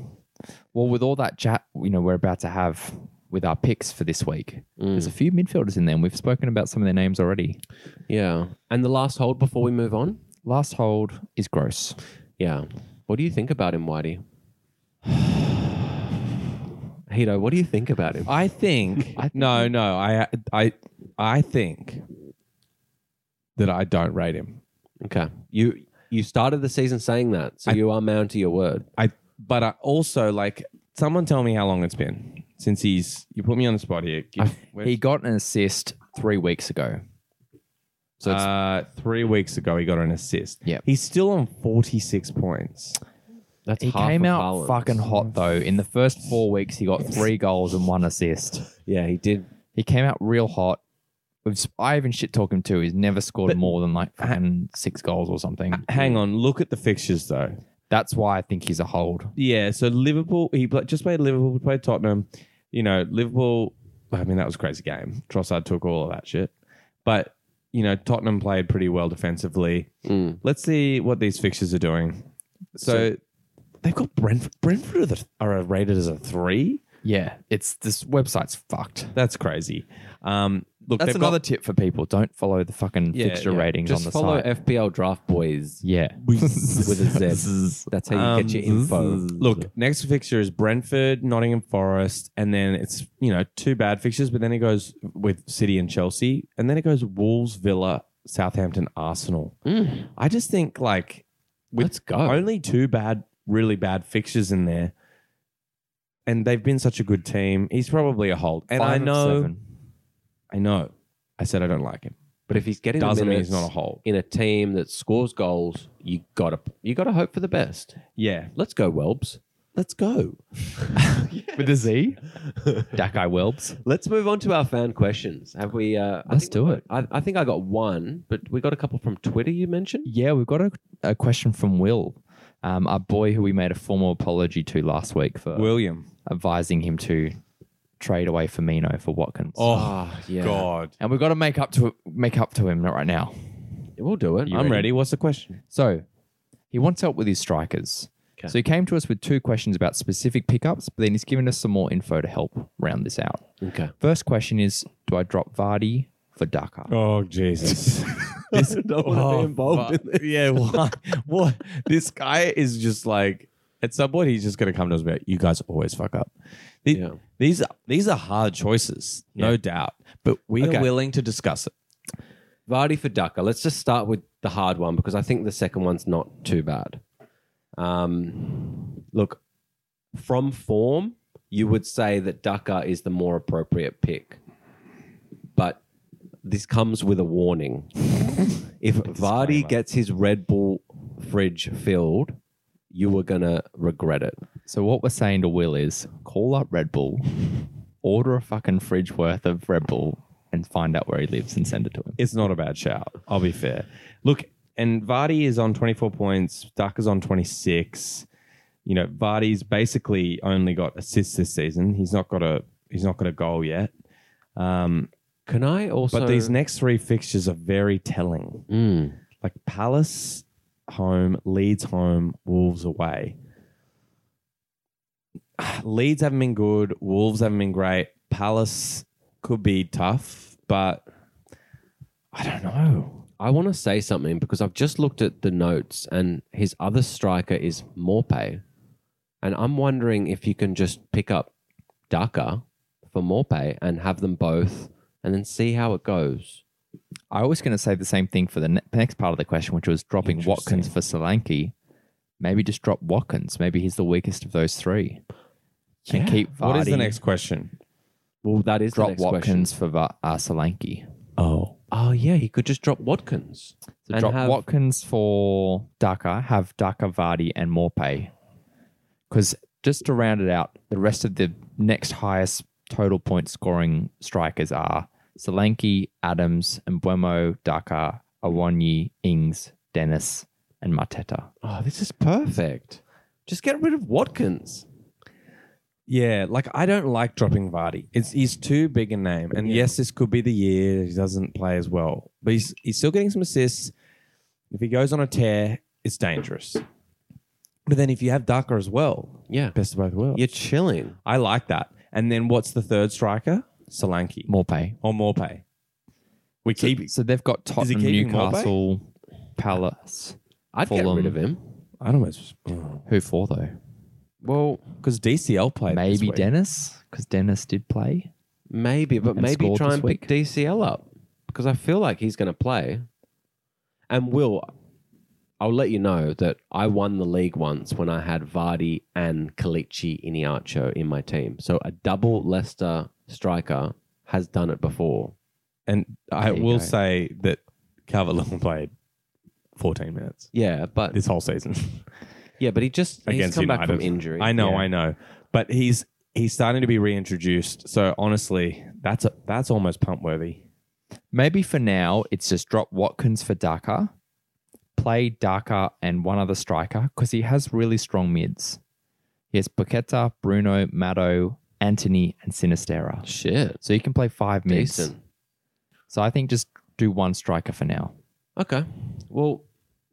[SPEAKER 1] Well, with all that chat, you know, we're about to have with our picks for this week, there's a few midfielders in there, and we've spoken about some of their names already.
[SPEAKER 3] Yeah. And the last hold before we move on.
[SPEAKER 1] Last hold is gross.
[SPEAKER 3] Yeah. What do you think about him, Whitey? Hito, what do you think about him?
[SPEAKER 2] I think no, no. I I I think that I don't rate him.
[SPEAKER 3] Okay. You you started the season saying that, so you are man to your word.
[SPEAKER 2] I but I also like someone tell me how long it's been since he's you put me on the spot here. Give- where-
[SPEAKER 1] He got an assist three weeks ago.
[SPEAKER 3] So it's
[SPEAKER 2] uh, three weeks ago he got an assist.
[SPEAKER 1] Yep.
[SPEAKER 2] he's still on forty six points.
[SPEAKER 3] that's
[SPEAKER 1] He
[SPEAKER 3] half
[SPEAKER 1] came
[SPEAKER 3] of
[SPEAKER 1] out
[SPEAKER 3] Haaland's.
[SPEAKER 1] fucking hot though. In the first four weeks, he got three goals and one assist.
[SPEAKER 3] Yeah, he did.
[SPEAKER 1] He came out real hot. We've- I even shit talk him too. He's never scored more than like fucking six goals or something.
[SPEAKER 2] Hang on, look at the fixtures though.
[SPEAKER 1] That's why I think he's a hold.
[SPEAKER 2] Yeah, so Liverpool. He pla- just played Liverpool. He played Tottenham. You know, Liverpool. I mean, that was a crazy game. Trossard took all of that shit, but you know, Tottenham played pretty well defensively.
[SPEAKER 3] Mm.
[SPEAKER 2] Let's see what these fixtures are doing. So, they've got Brentford. Brentford are, the, are rated as a three.
[SPEAKER 1] Yeah, it's this website's fucked.
[SPEAKER 2] That's crazy. Um, look,
[SPEAKER 1] That's
[SPEAKER 2] they've
[SPEAKER 1] another
[SPEAKER 2] got,
[SPEAKER 1] tip for people. Don't follow the fucking
[SPEAKER 2] Yeah,
[SPEAKER 1] fixture
[SPEAKER 2] yeah.
[SPEAKER 1] ratings
[SPEAKER 3] Just
[SPEAKER 1] on the
[SPEAKER 3] follow
[SPEAKER 1] site.
[SPEAKER 3] FPL Draft Boys
[SPEAKER 1] yeah.
[SPEAKER 3] with a Z. That's how you get your
[SPEAKER 1] Um,
[SPEAKER 3] info.
[SPEAKER 2] Mm-hmm. Look, next fixture is Brentford, Nottingham Forest, and then it's you know two bad fixtures, but then it goes with City and Chelsea, and then it goes Wolves, Villa, Southampton, Arsenal. I just think like with
[SPEAKER 3] Let's go.
[SPEAKER 2] only two bad, really bad fixtures in there, and they've been such a good team. He's probably a hold, and I
[SPEAKER 1] Five of
[SPEAKER 2] know,
[SPEAKER 1] seven.
[SPEAKER 2] I know. I said I don't like him.
[SPEAKER 3] but if he's getting the
[SPEAKER 2] Doesn't mean he's
[SPEAKER 3] minutes
[SPEAKER 2] not a hold.
[SPEAKER 3] in a team that scores goals, you gotta you gotta hope for the best.
[SPEAKER 2] Yeah,
[SPEAKER 3] Let's go, Welbs.
[SPEAKER 2] let's go.
[SPEAKER 1] With a Z? Dakai Welbs.
[SPEAKER 3] Let's move on to our fan questions. Have we? Uh, I
[SPEAKER 1] Let's
[SPEAKER 3] think-
[SPEAKER 1] do it.
[SPEAKER 3] I, I think I got one, but we got a couple from Twitter. You mentioned.
[SPEAKER 1] Yeah, we've got a, a question from Will, um, our boy who we made a formal apology to last week for
[SPEAKER 2] William.
[SPEAKER 1] advising him to trade away Firmino for Watkins.
[SPEAKER 2] Oh.
[SPEAKER 3] Ah, yeah.
[SPEAKER 2] God.
[SPEAKER 1] And we've got to make up to make up to him right now.
[SPEAKER 3] We'll do it.
[SPEAKER 2] I'm ready. What's the question?
[SPEAKER 1] So he wants help with his strikers.
[SPEAKER 3] Okay.
[SPEAKER 1] So he came to us with two questions about specific pickups, but then he's given us some more info to help round this out.
[SPEAKER 3] Okay.
[SPEAKER 1] First question is Do I drop Vardy for Dakar?
[SPEAKER 2] Oh Jesus.
[SPEAKER 3] This, don't want
[SPEAKER 1] Oh,
[SPEAKER 3] to be involved in this.
[SPEAKER 2] Oh, Yeah, what? what? This guy is just like at some point he's just gonna come to us about you guys always fuck up. The-
[SPEAKER 3] Yeah.
[SPEAKER 2] These are these are hard choices, no doubt. But we
[SPEAKER 3] Okay.
[SPEAKER 2] are willing to discuss it.
[SPEAKER 3] Vardy for Ducker. Let's just start with the hard one because I think the second one's not too bad. Um, look, from form, you would say that Ducker is the more appropriate pick, but this comes with a warning. if Vardy gets his Red Bull fridge filled, you are gonna regret it.
[SPEAKER 1] So what we're saying to Will is call up Red Bull, order a fucking fridge worth of Red Bull, and find out where he lives and send it to him.
[SPEAKER 2] It's not a bad shout. I'll be fair. Look, and Vardy is on 24 points, Ducker's on 26. You know, Vardy's basically only got assists this season. He's not got a he's not got a goal yet. Um,
[SPEAKER 3] Can I also?
[SPEAKER 2] but these next three fixtures are very telling.
[SPEAKER 3] Mm.
[SPEAKER 2] like Palace home, Leeds home, Wolves away. Leeds haven't been good. Wolves haven't been great. Palace could be tough, but I don't know.
[SPEAKER 3] I want to say something because I've just looked at the notes and his other striker is Morpay. And I'm wondering if you can just pick up Daka for Morpay and have them both and then see how it goes.
[SPEAKER 1] I was going to say the same thing for the ne- next part of the question, which was dropping Watkins for Solanke. Maybe just drop Watkins. Maybe he's the weakest of those three. And keep Vardy.
[SPEAKER 2] What is the next question?
[SPEAKER 3] Well, that is
[SPEAKER 1] Drop
[SPEAKER 3] the next question.
[SPEAKER 1] Watkins for Va- uh, Solanke.
[SPEAKER 2] Oh,
[SPEAKER 3] Oh, yeah, he could just drop Watkins.
[SPEAKER 1] So
[SPEAKER 3] and
[SPEAKER 1] drop
[SPEAKER 3] have-
[SPEAKER 1] Watkins for Daka, have Daka, Vardy, and Morpay. Because just to round it out, the rest of the next highest total point scoring strikers are Solanke, Adams, and Buemo, Daka, Awonyi, Ings, Dennis, and Mateta.
[SPEAKER 3] Oh, this is perfect. Just get rid of Watkins.
[SPEAKER 2] yeah. Like I don't like dropping Vardy. It's he's too big a name, and yes, this could be the year he doesn't play as well. But he's he's still getting some assists. If he goes on a tear, it's dangerous. But then if you have Daka as well,
[SPEAKER 3] Yeah.
[SPEAKER 2] best of both worlds.
[SPEAKER 3] You're chilling.
[SPEAKER 2] I like that. And then what's the third striker? Solanke
[SPEAKER 1] More pay.
[SPEAKER 2] or Morpay. We keep.
[SPEAKER 1] So they've got
[SPEAKER 2] he
[SPEAKER 1] Tottenham,
[SPEAKER 2] keeping Mbappe?
[SPEAKER 1] Newcastle, Palace.
[SPEAKER 3] I'd
[SPEAKER 1] Fulham.
[SPEAKER 3] get rid of him.
[SPEAKER 2] I don't know. oh.
[SPEAKER 1] Who for though?
[SPEAKER 3] Well,
[SPEAKER 2] Because DCL played. this
[SPEAKER 1] Maybe
[SPEAKER 2] week.
[SPEAKER 1] Dennis, because Dennis did play.
[SPEAKER 3] maybe, but
[SPEAKER 1] And
[SPEAKER 3] maybe
[SPEAKER 1] scored
[SPEAKER 3] try
[SPEAKER 1] this
[SPEAKER 3] and pick DCL up because I feel like he's going to play. And will I'll let you know that I won the league once when I had Vardy and Kalichi Iniacho in my team. So a double Leicester striker has done it before.
[SPEAKER 2] And I
[SPEAKER 1] There you
[SPEAKER 2] will
[SPEAKER 1] go.
[SPEAKER 2] say that Calvert Lewin played 14 minutes
[SPEAKER 3] Yeah, but
[SPEAKER 2] this whole season
[SPEAKER 3] yeah, but he just he's
[SPEAKER 2] against
[SPEAKER 3] come
[SPEAKER 2] United.
[SPEAKER 3] back from injury.
[SPEAKER 2] I know,
[SPEAKER 3] Yeah.
[SPEAKER 2] I know, but he's he's starting to be reintroduced. So honestly, that's a, that's almost pump worthy.
[SPEAKER 1] Maybe for now, it's just drop Watkins for Daka, play Daka and one other striker because he has really strong mids. He has Paqueta, Bruno, Matto, Anthony, and Sinistera.
[SPEAKER 3] Shit,
[SPEAKER 1] So you can play five mids.
[SPEAKER 3] decent.
[SPEAKER 1] So I think just do one striker for now.
[SPEAKER 3] Okay. Well,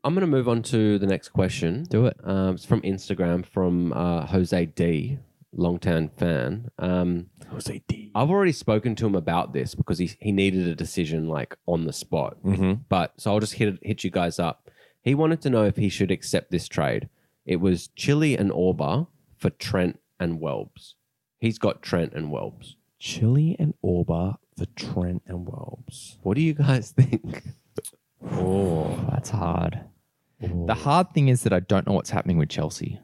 [SPEAKER 3] I'm going to move on to the next question.
[SPEAKER 1] Do it.
[SPEAKER 3] Um, it's from Instagram from uh, Jose D, longtime fan. Um,
[SPEAKER 2] Jose D.
[SPEAKER 3] I've already spoken to him about this because he, he needed a decision like on the spot.
[SPEAKER 2] Mm-hmm.
[SPEAKER 3] But so I'll just hit hit you guys up. He wanted to know if he should accept this trade. It was Chile and Orba for Trent and Welbs. He's got Trent and Welbs.
[SPEAKER 2] Chile and Orba for Trent and Welbs.
[SPEAKER 3] What do you guys think?
[SPEAKER 2] Oh,
[SPEAKER 1] That's hard. The hard thing is that I don't know what's happening with Chelsea.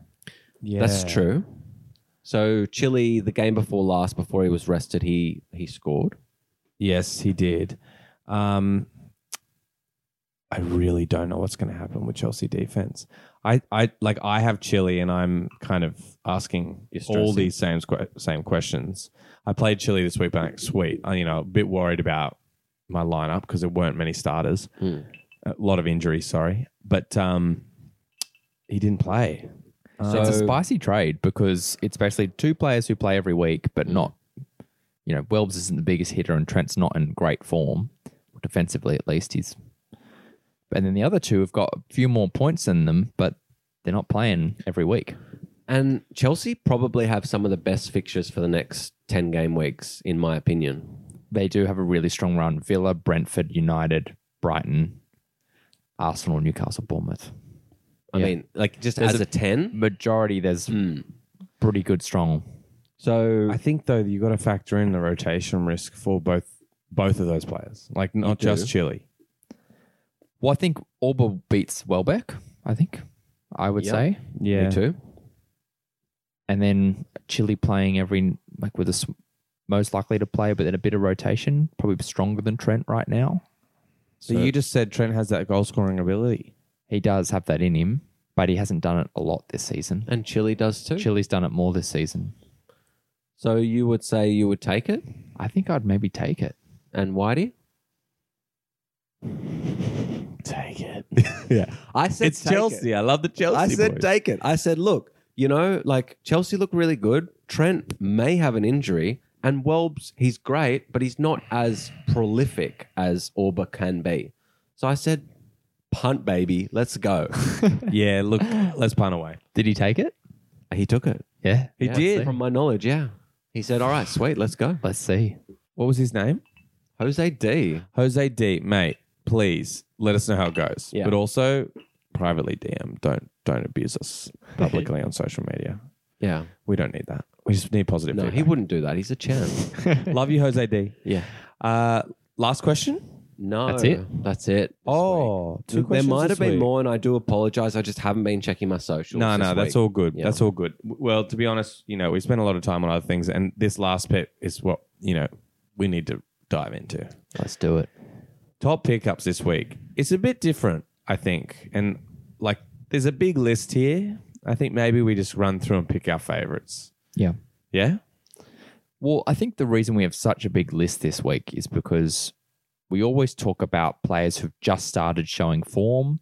[SPEAKER 2] yeah.
[SPEAKER 3] That's true. So Chile, the game before last, before he was rested, he he scored.
[SPEAKER 2] Yes, he did. Um, I really don't know what's going to happen with Chelsea defense. I, I like I have Chile, and I'm kind of asking
[SPEAKER 3] You're stressing.
[SPEAKER 2] all these same que- same questions. I played Chile this week, but like, sweet, I, you know, a bit worried about my lineup because there weren't many starters.
[SPEAKER 3] Hmm.
[SPEAKER 2] A lot of injuries, sorry, but um, he didn't play.
[SPEAKER 3] So-
[SPEAKER 1] it's a spicy trade because it's basically two players who play every week, but not, you know, Welbs isn't the biggest hitter and Trent's not in great form, defensively at least. He's, and then the other two have got a few more points in them, but they're not playing every week.
[SPEAKER 3] And Chelsea probably have some of the best fixtures for the next ten game weeks, in my opinion.
[SPEAKER 1] They do have a really strong run: Villa, Brentford, United, Brighton, Arsenal, Newcastle, Bournemouth.
[SPEAKER 3] I
[SPEAKER 1] Yeah.
[SPEAKER 3] mean, like just
[SPEAKER 1] There's
[SPEAKER 3] as
[SPEAKER 1] a-
[SPEAKER 3] a, ten.
[SPEAKER 1] Majority, there's
[SPEAKER 3] Mm.
[SPEAKER 1] pretty good strong.
[SPEAKER 3] So
[SPEAKER 2] I think though you got to factor in the rotation risk for both both of those players, like not
[SPEAKER 3] do.
[SPEAKER 2] just Chile.
[SPEAKER 1] Well, I think Orba beats Welbeck. I think I would
[SPEAKER 3] Yeah.
[SPEAKER 1] say.
[SPEAKER 2] Yeah,
[SPEAKER 3] me too.
[SPEAKER 1] and then Chile playing every like with the s- most likely to play, but then a bit of rotation, probably stronger than Trent right now.
[SPEAKER 2] So, you just said Trent has that goal scoring ability.
[SPEAKER 1] He does have that in him, but he hasn't done it a lot this season.
[SPEAKER 3] And Chile does too.
[SPEAKER 1] Chile's done it more this season.
[SPEAKER 3] So you would say you would take it,
[SPEAKER 1] I think I'd maybe take it.
[SPEAKER 3] and Whitey.
[SPEAKER 2] Take it.
[SPEAKER 3] I said
[SPEAKER 2] it's
[SPEAKER 3] take it.
[SPEAKER 2] Chelsea. I love the Chelsea.
[SPEAKER 3] I said
[SPEAKER 2] boys.
[SPEAKER 3] take it. I said look, you know, like Chelsea look really good. Trent may have an injury, and Welbs he's great, but he's not as prolific as Orba can be. So I said, punt baby, let's go.
[SPEAKER 2] yeah, look, let's punt away.
[SPEAKER 1] Did he take it?
[SPEAKER 3] he took it.
[SPEAKER 1] Yeah,
[SPEAKER 2] He
[SPEAKER 1] Yeah,
[SPEAKER 2] did.
[SPEAKER 1] let's see.
[SPEAKER 3] From my knowledge, yeah. He said, all right, sweet, let's go.
[SPEAKER 1] Let's see.
[SPEAKER 2] What was his name?
[SPEAKER 3] Jose D.
[SPEAKER 2] Jose D. Mate, please let us know how it goes.
[SPEAKER 3] Yeah.
[SPEAKER 2] But also privately DM. Don't don't abuse us publicly on social media.
[SPEAKER 3] Yeah.
[SPEAKER 2] We don't need that. We just need positive.
[SPEAKER 3] No, he
[SPEAKER 2] feedback.
[SPEAKER 3] wouldn't do that. He's a chance.
[SPEAKER 2] Love you, Jose D.
[SPEAKER 3] yeah.
[SPEAKER 2] Uh, last question.
[SPEAKER 3] No.
[SPEAKER 1] That's it?
[SPEAKER 3] That's it. this week.
[SPEAKER 2] Oh, two
[SPEAKER 3] there
[SPEAKER 2] questions
[SPEAKER 3] might
[SPEAKER 2] this
[SPEAKER 3] have been
[SPEAKER 2] week.
[SPEAKER 3] more, and I do apologize. I just haven't been checking my socials.
[SPEAKER 2] No, no,
[SPEAKER 3] this
[SPEAKER 2] that's
[SPEAKER 3] week.
[SPEAKER 2] all good.
[SPEAKER 3] Yeah.
[SPEAKER 2] That's all good. W- Well, to be honest, you know, we spent a lot of time on other things, and this last bit is what you know we need to dive into.
[SPEAKER 1] Let's do it.
[SPEAKER 2] Top pickups this week. It's a bit different, I think, and like there's a big list here. I think maybe we just run through and pick our favorites.
[SPEAKER 1] Yeah.
[SPEAKER 2] Yeah,
[SPEAKER 1] Well, I think the reason we have such a big list this week is because we always talk about players who've just started showing form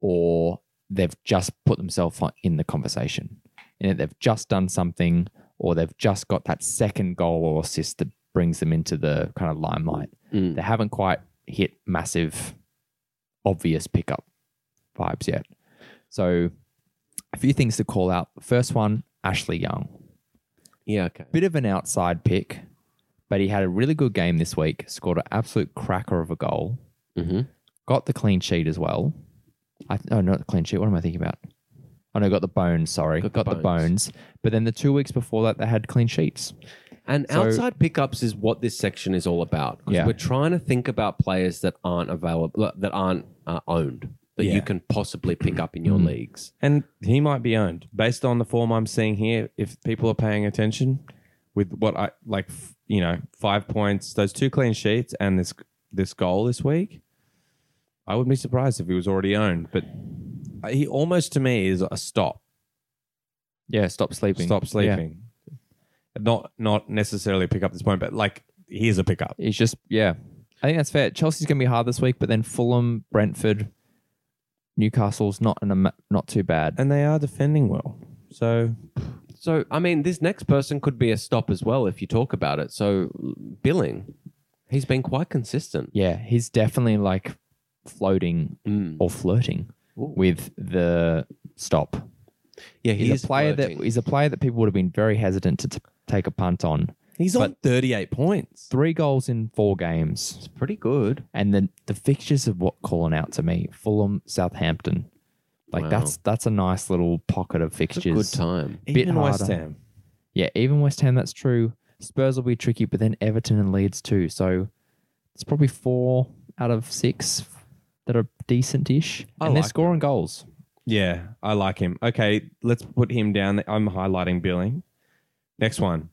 [SPEAKER 1] or they've just put themselves on- in the conversation. And that they've just done something or they've just got that second goal or assist that brings them into the kind of limelight.
[SPEAKER 3] Mm.
[SPEAKER 1] They haven't quite hit massive, obvious pickup vibes yet. So, a few things to call out. First one, Ashley Young.
[SPEAKER 3] Yeah, okay.
[SPEAKER 1] Bit of an outside pick, but he had a really good game this week, scored an absolute cracker of a goal,
[SPEAKER 3] Mm-hmm.
[SPEAKER 1] got the clean sheet as well. I, oh, not the clean sheet. What am I thinking about? Oh, no, got the bones, sorry.
[SPEAKER 3] Got
[SPEAKER 1] Got,
[SPEAKER 3] the
[SPEAKER 1] the, bones. But then the two weeks before that, they had clean sheets.
[SPEAKER 3] And
[SPEAKER 1] So-
[SPEAKER 3] outside pickups is what this section is all about. 'cause
[SPEAKER 1] Yeah.
[SPEAKER 3] we're trying to think about players that aren't available, that aren't uh, owned, that
[SPEAKER 2] Yeah.
[SPEAKER 3] you can possibly pick up in your
[SPEAKER 1] Mm.
[SPEAKER 3] leagues.
[SPEAKER 2] And he might be owned based on the form I'm seeing here. If people are paying attention with what I like, f- you know, five points, those two clean sheets, and this this goal this week, I would be surprised if he was already owned. But he almost to me is a stop,
[SPEAKER 1] Yeah, stop sleeping.
[SPEAKER 2] stop
[SPEAKER 1] Yeah.
[SPEAKER 2] sleeping, not not necessarily pick up this point, but like here's a pickup.
[SPEAKER 1] It's just yeah. I think that's fair. Chelsea's going to be hard this week, but then Fulham, Brentford, Newcastle's not an ama- not too bad.
[SPEAKER 2] and they are defending well. So
[SPEAKER 3] So, I mean, this next person could be a stop as well if you talk about it. So, Billing, he's been quite consistent.
[SPEAKER 1] yeah, he's definitely like floating
[SPEAKER 3] Mm.
[SPEAKER 1] or flirting
[SPEAKER 3] Ooh.
[SPEAKER 1] with the stop.
[SPEAKER 3] Yeah,
[SPEAKER 1] He's, a player that he's a player that people would have been very hesitant to t- take a punt on.
[SPEAKER 2] he's on 38 points.
[SPEAKER 1] Three goals in four games,
[SPEAKER 3] pretty good.
[SPEAKER 1] and then the fixtures of what calling out to me: Fulham, Southampton. Like
[SPEAKER 3] Wow.
[SPEAKER 1] that's that's a nice little pocket of
[SPEAKER 3] It's a good
[SPEAKER 1] fixtures.
[SPEAKER 3] time.
[SPEAKER 1] Bit
[SPEAKER 2] Even West
[SPEAKER 1] harder.
[SPEAKER 2] Ham.
[SPEAKER 1] Yeah, even West Ham, that's true. Spurs will be tricky, but then Everton and Leeds too. So it's probably four out of six that are decent ish.
[SPEAKER 2] I
[SPEAKER 1] And they're
[SPEAKER 2] like
[SPEAKER 1] scoring goals.
[SPEAKER 2] Yeah, I like him. Okay, let's put him down. there. I'm highlighting Billing. Next one.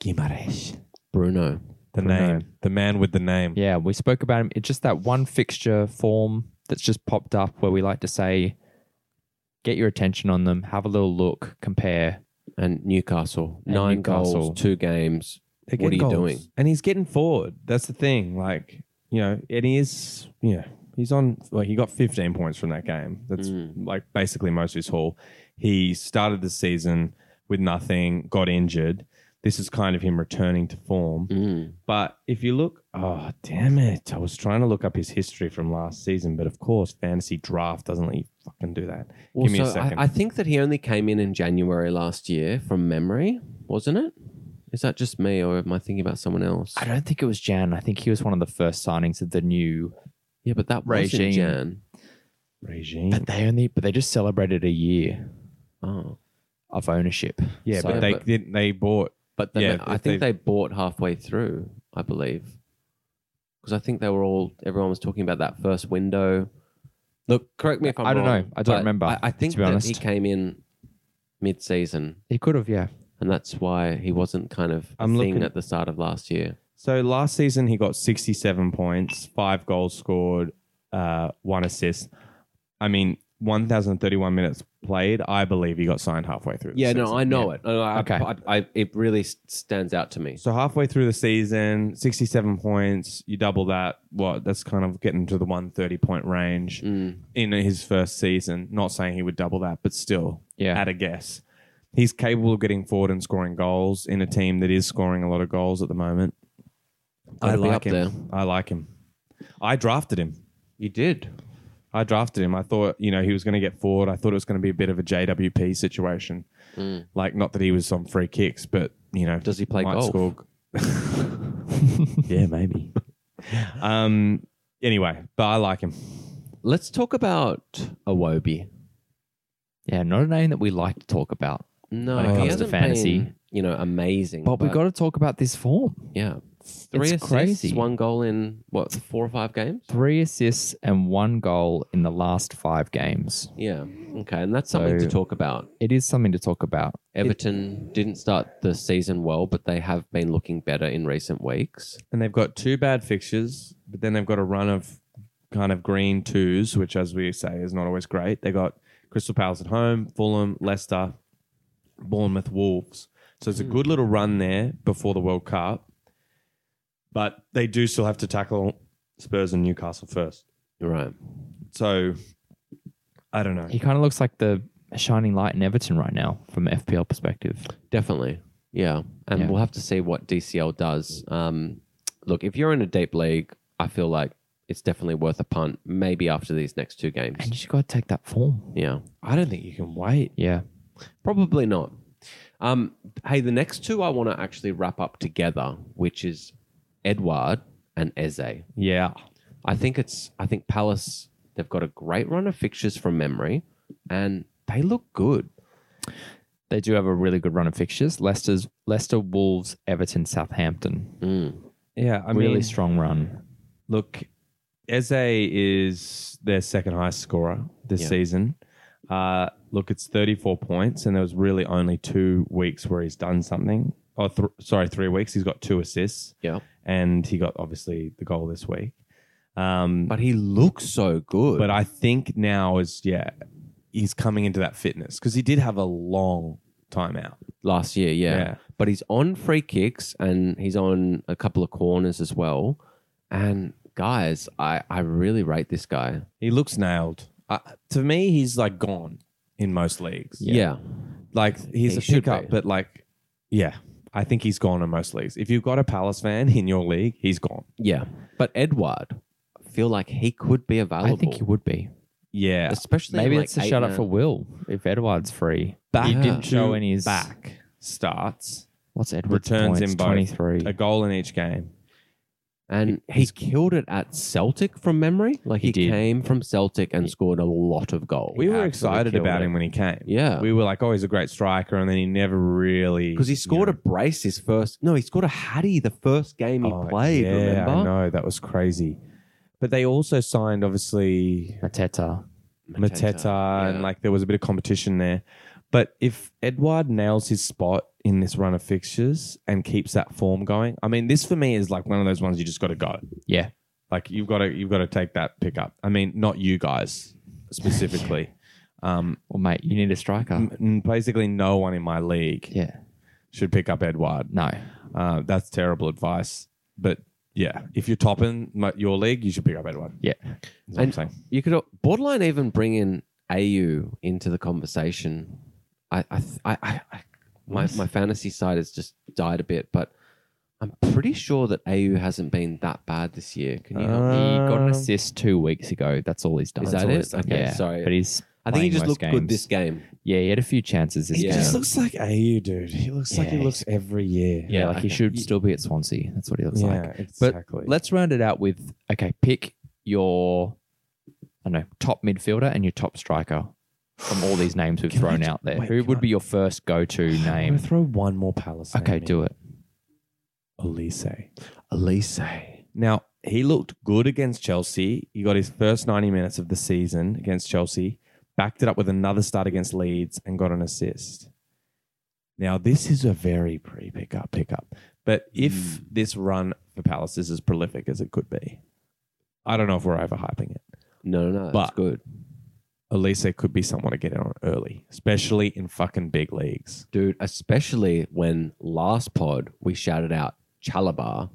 [SPEAKER 2] Guimaraes.
[SPEAKER 3] Bruno.
[SPEAKER 2] The
[SPEAKER 1] Bruno.
[SPEAKER 2] name. The man with the name.
[SPEAKER 1] Yeah, we spoke about him. It's just that one fixture form that's just popped up where we like to say, get your attention on them, have a little look, compare.
[SPEAKER 3] And Newcastle.
[SPEAKER 1] And
[SPEAKER 3] Nine
[SPEAKER 1] Newcastle.
[SPEAKER 3] goals, two games.
[SPEAKER 2] They're
[SPEAKER 3] What are
[SPEAKER 2] getting goals.
[SPEAKER 3] you doing?
[SPEAKER 2] And he's getting forward. That's the thing. Like, you know, and he is, you know, he's on, like, he got 15 points from that game. That's
[SPEAKER 3] Mm.
[SPEAKER 2] like basically most of his haul. He started the season with nothing, got injured. This is kind of him returning to form.
[SPEAKER 3] Mm.
[SPEAKER 2] But if you look, oh, damn it. I was trying to look up his history from last season, but of course, fantasy draft doesn't let you fucking do that. Give me a
[SPEAKER 3] Also, I-
[SPEAKER 2] second.
[SPEAKER 3] I, think that he only came in in January last year from memory, wasn't it? Is that just me or am I thinking about someone else?
[SPEAKER 1] I don't think it was Jan. I think he was one of the first signings of the new.
[SPEAKER 3] Yeah, but that was in
[SPEAKER 1] Regime.
[SPEAKER 3] Jan.
[SPEAKER 2] Regime.
[SPEAKER 1] But they only, but they just celebrated a year
[SPEAKER 3] Oh.
[SPEAKER 1] of ownership.
[SPEAKER 2] Yeah,
[SPEAKER 1] So-
[SPEAKER 2] but they
[SPEAKER 3] but-
[SPEAKER 2] didn't. They bought.
[SPEAKER 3] But then
[SPEAKER 2] Yeah,
[SPEAKER 3] I
[SPEAKER 2] if
[SPEAKER 3] think they, bought halfway through, I believe. Because I think they were all, everyone was talking about that first window. Look, correct me if I'm
[SPEAKER 1] I don't
[SPEAKER 3] wrong,
[SPEAKER 1] know. I don't
[SPEAKER 3] but
[SPEAKER 1] remember,
[SPEAKER 3] I, I think
[SPEAKER 1] to be
[SPEAKER 3] that
[SPEAKER 1] honest.
[SPEAKER 3] he came in mid season
[SPEAKER 1] He could have, yeah.
[SPEAKER 3] and that's why he wasn't kind of a
[SPEAKER 2] I'm
[SPEAKER 3] thing
[SPEAKER 2] looking-
[SPEAKER 3] at the start of last year.
[SPEAKER 2] So last season, he got 67 points, five goals scored, uh, one assist. I mean, 1,031 minutes played. I believe he got signed halfway through. the
[SPEAKER 3] Yeah, no,
[SPEAKER 2] season.
[SPEAKER 3] I know it. No, I,
[SPEAKER 1] Okay.
[SPEAKER 3] I, I, it really s- stands out to me.
[SPEAKER 2] So halfway through the season, 67 points. You double that. What? That's kind of getting to the 130 point range.
[SPEAKER 3] Mm.
[SPEAKER 2] in his first season. Not saying he would double that, but still,
[SPEAKER 1] Yeah.
[SPEAKER 2] at a guess, he's capable of getting forward and scoring goals in a team that is scoring a lot of goals at the moment. I
[SPEAKER 3] Gotta be
[SPEAKER 2] like
[SPEAKER 3] up
[SPEAKER 2] him.
[SPEAKER 3] there.
[SPEAKER 2] I like him. I drafted him.
[SPEAKER 3] You did.
[SPEAKER 2] I drafted him. I thought, you know, he was going to get forward. I thought it was going to be a bit of a JWP situation.
[SPEAKER 3] Mm.
[SPEAKER 2] Like, not that he was on free kicks, but, you know,
[SPEAKER 3] Does he play
[SPEAKER 2] might
[SPEAKER 3] golf?
[SPEAKER 2] score- yeah, maybe. um. Anyway, but I like him.
[SPEAKER 3] Let's talk about Awobi.
[SPEAKER 1] Yeah, not a name that we like to talk about.
[SPEAKER 3] No,
[SPEAKER 1] When it
[SPEAKER 3] he
[SPEAKER 1] comes to
[SPEAKER 3] hasn't
[SPEAKER 1] fantasy.
[SPEAKER 3] been, you know, amazing.
[SPEAKER 1] But, we got to talk about this form.
[SPEAKER 3] yeah, three assists,
[SPEAKER 1] crazy.
[SPEAKER 3] one goal in what four or five games.
[SPEAKER 1] Three assists and one goal in the last five games.
[SPEAKER 3] Yeah, okay, and that's something
[SPEAKER 1] So-
[SPEAKER 3] to talk about.
[SPEAKER 1] It is something to talk about.
[SPEAKER 3] Everton didn't start the season well, but they have been looking better in recent weeks.
[SPEAKER 2] and they've got two bad fixtures, but then they've got a run of kind of green twos, which, as we say, is not always great. They got Crystal Palace at home, Fulham, Leicester, Bournemouth, Wolves. So it's a good little run there before the World Cup, but they do still have to tackle Spurs and Newcastle first.
[SPEAKER 3] You're right.
[SPEAKER 2] So I don't know.
[SPEAKER 1] He kind of looks like the shining light in Everton right now from an FPL perspective.
[SPEAKER 3] Definitely. Yeah. And
[SPEAKER 1] Yeah.
[SPEAKER 3] we'll have to see what DCL does. Um, look, if you're in a deep league, I feel like it's definitely worth a punt. Maybe after these next two games.
[SPEAKER 1] And you just got to take that form.
[SPEAKER 3] yeah,
[SPEAKER 2] I don't think you can wait.
[SPEAKER 1] Yeah.
[SPEAKER 3] probably not. Um, hey, the next two I want to actually wrap up together, which is Edward and Eze.
[SPEAKER 2] Yeah.
[SPEAKER 3] I think it's I think Palace they've got a great run of fixtures from memory, and they look good.
[SPEAKER 1] They do have a really good run of fixtures. Leicester's Leicester, Wolves, Everton, Southampton.
[SPEAKER 2] Yeah. I
[SPEAKER 1] really
[SPEAKER 2] mean,
[SPEAKER 1] strong run.
[SPEAKER 2] look, Eze is their second highest scorer this
[SPEAKER 3] Yeah.
[SPEAKER 2] season. Uh, look, it's 34 points, and there was really only two weeks where he's done something. Oh, th- sorry, three weeks. He's got two assists,
[SPEAKER 3] Yeah,
[SPEAKER 2] and he got obviously the goal this week. Um,
[SPEAKER 3] but he looks so good.
[SPEAKER 2] but I think now is yeah, he's coming into that fitness because he did have a long time out.
[SPEAKER 3] last year, yeah.
[SPEAKER 2] Yeah.
[SPEAKER 3] But he's on free kicks and he's on a couple of corners as well. And guys, I I really rate this guy.
[SPEAKER 2] He looks nailed. Uh, to me, he's like gone in most leagues.
[SPEAKER 3] Yeah,
[SPEAKER 2] Like he's
[SPEAKER 3] He
[SPEAKER 2] a
[SPEAKER 3] should
[SPEAKER 2] pickup,
[SPEAKER 3] be.
[SPEAKER 2] but like, yeah, I think he's gone in most leagues. If you've got a Palace fan in your league, he's gone.
[SPEAKER 3] yeah. But Edward, I feel like he could be available.
[SPEAKER 1] I think he would be.
[SPEAKER 2] Yeah,
[SPEAKER 3] especially
[SPEAKER 1] Maybe
[SPEAKER 3] in
[SPEAKER 1] it's a
[SPEAKER 3] like eight
[SPEAKER 1] shut up
[SPEAKER 3] man-
[SPEAKER 1] for Will if Edward's free.
[SPEAKER 2] back
[SPEAKER 1] He didn't
[SPEAKER 2] to
[SPEAKER 1] show any his
[SPEAKER 2] back starts,
[SPEAKER 1] What's Edward's
[SPEAKER 2] returns
[SPEAKER 1] points?
[SPEAKER 2] in both,
[SPEAKER 1] 23.
[SPEAKER 2] a goal in each game.
[SPEAKER 3] and he's killed it at Celtic from memory. Like he,
[SPEAKER 1] He did.
[SPEAKER 3] came from Celtic and scored a lot of goals.
[SPEAKER 2] We
[SPEAKER 3] He
[SPEAKER 2] were
[SPEAKER 3] absolutely
[SPEAKER 2] excited
[SPEAKER 3] killed
[SPEAKER 2] about
[SPEAKER 3] it.
[SPEAKER 2] him when he came.
[SPEAKER 3] Yeah.
[SPEAKER 2] we were like, oh, he's a great striker, and then he never really
[SPEAKER 3] because he scored
[SPEAKER 2] you
[SPEAKER 3] a brace his first. No, he scored a hattie the first game he
[SPEAKER 2] Oh,
[SPEAKER 3] played.
[SPEAKER 2] Yeah,
[SPEAKER 3] remember?
[SPEAKER 2] I know that was crazy. But they also signed obviously
[SPEAKER 1] Mateta.
[SPEAKER 2] Mateta, and
[SPEAKER 3] yeah.
[SPEAKER 2] like there was a bit of competition there. But if Edward nails his spot in this run of fixtures and keeps that form going, I mean, this for me is like one of those ones you just got to go.
[SPEAKER 1] Yeah.
[SPEAKER 2] Like you've got to you've got to take that pickup. I mean, not you guys specifically. um,
[SPEAKER 1] Well, mate, you need a striker.
[SPEAKER 2] n- basically, no one in my league
[SPEAKER 1] yeah.
[SPEAKER 2] should pick up Edward.
[SPEAKER 1] No.
[SPEAKER 2] Uh, that's terrible advice. But yeah, if you're topping my, your league, you should pick up Edward.
[SPEAKER 1] Yeah.
[SPEAKER 2] Is what I'm
[SPEAKER 3] And-
[SPEAKER 2] saying.
[SPEAKER 3] You could borderline even bring in AU into the conversation. I, I, th- I, I, I my, my fantasy side has just died a bit, but I'm pretty sure that AU hasn't been that bad this year. Can you? help me?
[SPEAKER 1] He got an
[SPEAKER 2] Um,
[SPEAKER 1] assist two weeks ago. That's all he's done.
[SPEAKER 3] Is that
[SPEAKER 2] all
[SPEAKER 3] it?
[SPEAKER 2] it's done.
[SPEAKER 3] Okay,
[SPEAKER 1] yeah.
[SPEAKER 3] sorry.
[SPEAKER 1] But he's.
[SPEAKER 3] I think he
[SPEAKER 1] playing
[SPEAKER 3] just
[SPEAKER 1] most
[SPEAKER 3] looked good
[SPEAKER 1] games.
[SPEAKER 3] this game.
[SPEAKER 1] Yeah, he had a few chances this
[SPEAKER 3] He
[SPEAKER 2] He
[SPEAKER 1] game.
[SPEAKER 2] just looks like AU, dude. He looks like he
[SPEAKER 1] Yeah.
[SPEAKER 2] looks every year.
[SPEAKER 1] Yeah, like he
[SPEAKER 3] okay.
[SPEAKER 1] should still be at Swansea. That's what he looks like. But
[SPEAKER 2] exactly.
[SPEAKER 1] Let's round it out with okay, pick your I don't know, top midfielder and your top striker from all these names we've
[SPEAKER 2] Can I
[SPEAKER 1] thrown
[SPEAKER 2] ju-
[SPEAKER 1] out there.
[SPEAKER 2] wait,
[SPEAKER 1] Who
[SPEAKER 2] can
[SPEAKER 1] would
[SPEAKER 2] I-
[SPEAKER 1] be your first go to
[SPEAKER 2] I'm
[SPEAKER 1] name?
[SPEAKER 2] gonna throw one more Palace.
[SPEAKER 1] Okay, do it.
[SPEAKER 2] Elise.
[SPEAKER 3] Elise.
[SPEAKER 2] Now he looked good against Chelsea. He got his first 90 minutes of the season against Chelsea. Backed it up with another start against Leeds and got an assist. Now this is a very pre pickup pickup, but if
[SPEAKER 1] Hmm.
[SPEAKER 2] this run for Palace is as prolific as it could be, I don't know if we're overhyping it.
[SPEAKER 3] No, no, no. That's
[SPEAKER 2] But-
[SPEAKER 3] good.
[SPEAKER 2] Elise could be someone to get in on early, especially in fucking big leagues.
[SPEAKER 3] Dude, especially when last pod we shouted out Chalabar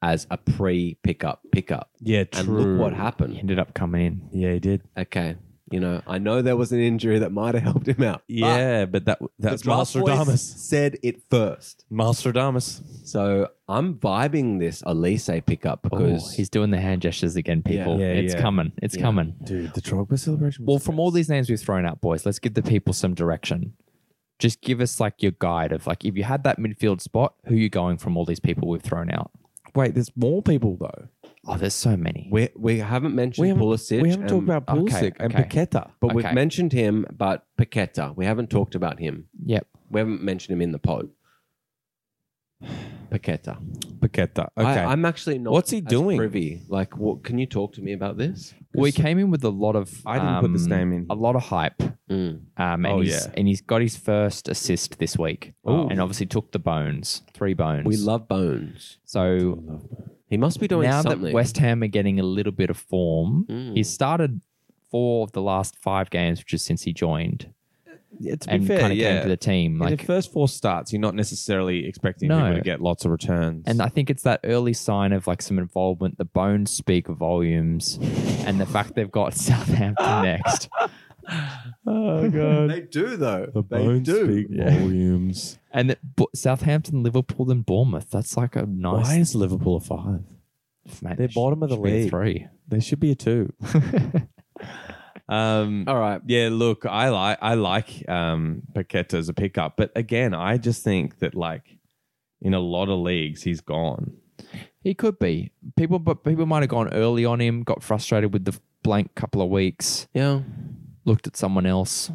[SPEAKER 3] as a pre pickup pickup.
[SPEAKER 2] Yeah,
[SPEAKER 3] And look what happened.
[SPEAKER 1] He ended up coming in.
[SPEAKER 2] Yeah, he did.
[SPEAKER 3] okay, you know, I know there was an injury that might have helped him out.
[SPEAKER 2] Yeah, but, that
[SPEAKER 3] but
[SPEAKER 2] that's
[SPEAKER 3] the draft boys
[SPEAKER 2] Mastradamus.
[SPEAKER 3] said it first.
[SPEAKER 2] Mastradamus.
[SPEAKER 3] So I'm vibing this Elise pickup
[SPEAKER 1] Oh,
[SPEAKER 3] because
[SPEAKER 1] he's doing the hand gestures again, people.
[SPEAKER 2] Yeah,
[SPEAKER 1] it's
[SPEAKER 2] yeah.
[SPEAKER 1] coming. It's
[SPEAKER 3] Yeah.
[SPEAKER 1] coming.
[SPEAKER 2] Dude, the Drogba celebration.
[SPEAKER 1] Well, from all these names we've thrown out, boys, let's give the people some direction. Just give us like your guide of like if you had that midfield spot, who you going from all these people we've thrown out?
[SPEAKER 2] wait, there's more people though.
[SPEAKER 1] Oh, there's so many.
[SPEAKER 3] we we haven't mentioned
[SPEAKER 2] We haven't,
[SPEAKER 3] Pulisic.
[SPEAKER 2] we haven't talked
[SPEAKER 3] and- uh,
[SPEAKER 2] about Pulisic
[SPEAKER 1] okay,
[SPEAKER 2] and
[SPEAKER 1] okay.
[SPEAKER 2] Paqueta.
[SPEAKER 3] but we've
[SPEAKER 1] okay.
[SPEAKER 3] mentioned him, but Paqueta. We haven't talked about him.
[SPEAKER 1] Yep.
[SPEAKER 3] We haven't mentioned him in the pod. Paqueta.
[SPEAKER 2] Paqueta. Okay.
[SPEAKER 3] I, am actually not.
[SPEAKER 2] What's he
[SPEAKER 3] as
[SPEAKER 2] doing?
[SPEAKER 3] Privy. Like, what? Can you talk to me about this?
[SPEAKER 1] Well, he came in with a lot of.
[SPEAKER 2] I didn't put this
[SPEAKER 1] um,
[SPEAKER 2] name in.
[SPEAKER 1] A lot of hype.
[SPEAKER 3] Mm.
[SPEAKER 1] Um, and
[SPEAKER 2] Oh,
[SPEAKER 1] he's,
[SPEAKER 2] yeah.
[SPEAKER 1] And he's got his first assist this week. um,
[SPEAKER 2] Ooh.
[SPEAKER 1] And obviously took the bones, three bones.
[SPEAKER 3] We love Bones.
[SPEAKER 1] so
[SPEAKER 3] He must be doing
[SPEAKER 1] now
[SPEAKER 3] something.
[SPEAKER 1] that West Ham are getting a little bit of form,
[SPEAKER 3] Mm.
[SPEAKER 1] he's started four of the last five games, which is since he joined
[SPEAKER 2] yeah, to be
[SPEAKER 1] and
[SPEAKER 2] fair,
[SPEAKER 1] kind of
[SPEAKER 2] yeah.
[SPEAKER 1] came to the team.
[SPEAKER 2] in the
[SPEAKER 1] Like,
[SPEAKER 2] first four starts, you're not necessarily expecting
[SPEAKER 1] No.
[SPEAKER 2] people to get lots of returns.
[SPEAKER 1] and I think it's that early sign of like some involvement. The bones speak volumes, and the fact they've got Southampton next.
[SPEAKER 2] oh god,
[SPEAKER 3] they do though.
[SPEAKER 2] the bones speak volumes.
[SPEAKER 1] And that, but Southampton, Liverpool, and Bournemouth. That's like a nice
[SPEAKER 2] is Liverpool a five?
[SPEAKER 1] Mate,
[SPEAKER 2] They're
[SPEAKER 1] sh-
[SPEAKER 2] bottom of the
[SPEAKER 1] should be a
[SPEAKER 2] league.
[SPEAKER 1] Three.
[SPEAKER 2] There should be a two. um,
[SPEAKER 3] All right.
[SPEAKER 2] yeah, look, I like I like um, Paqueta as a pickup, but again, I just think that like in a lot of leagues, he's gone.
[SPEAKER 1] He could be. People, but people might have gone early on him, got frustrated with the blank couple of weeks,
[SPEAKER 3] Yeah.
[SPEAKER 1] looked at someone else.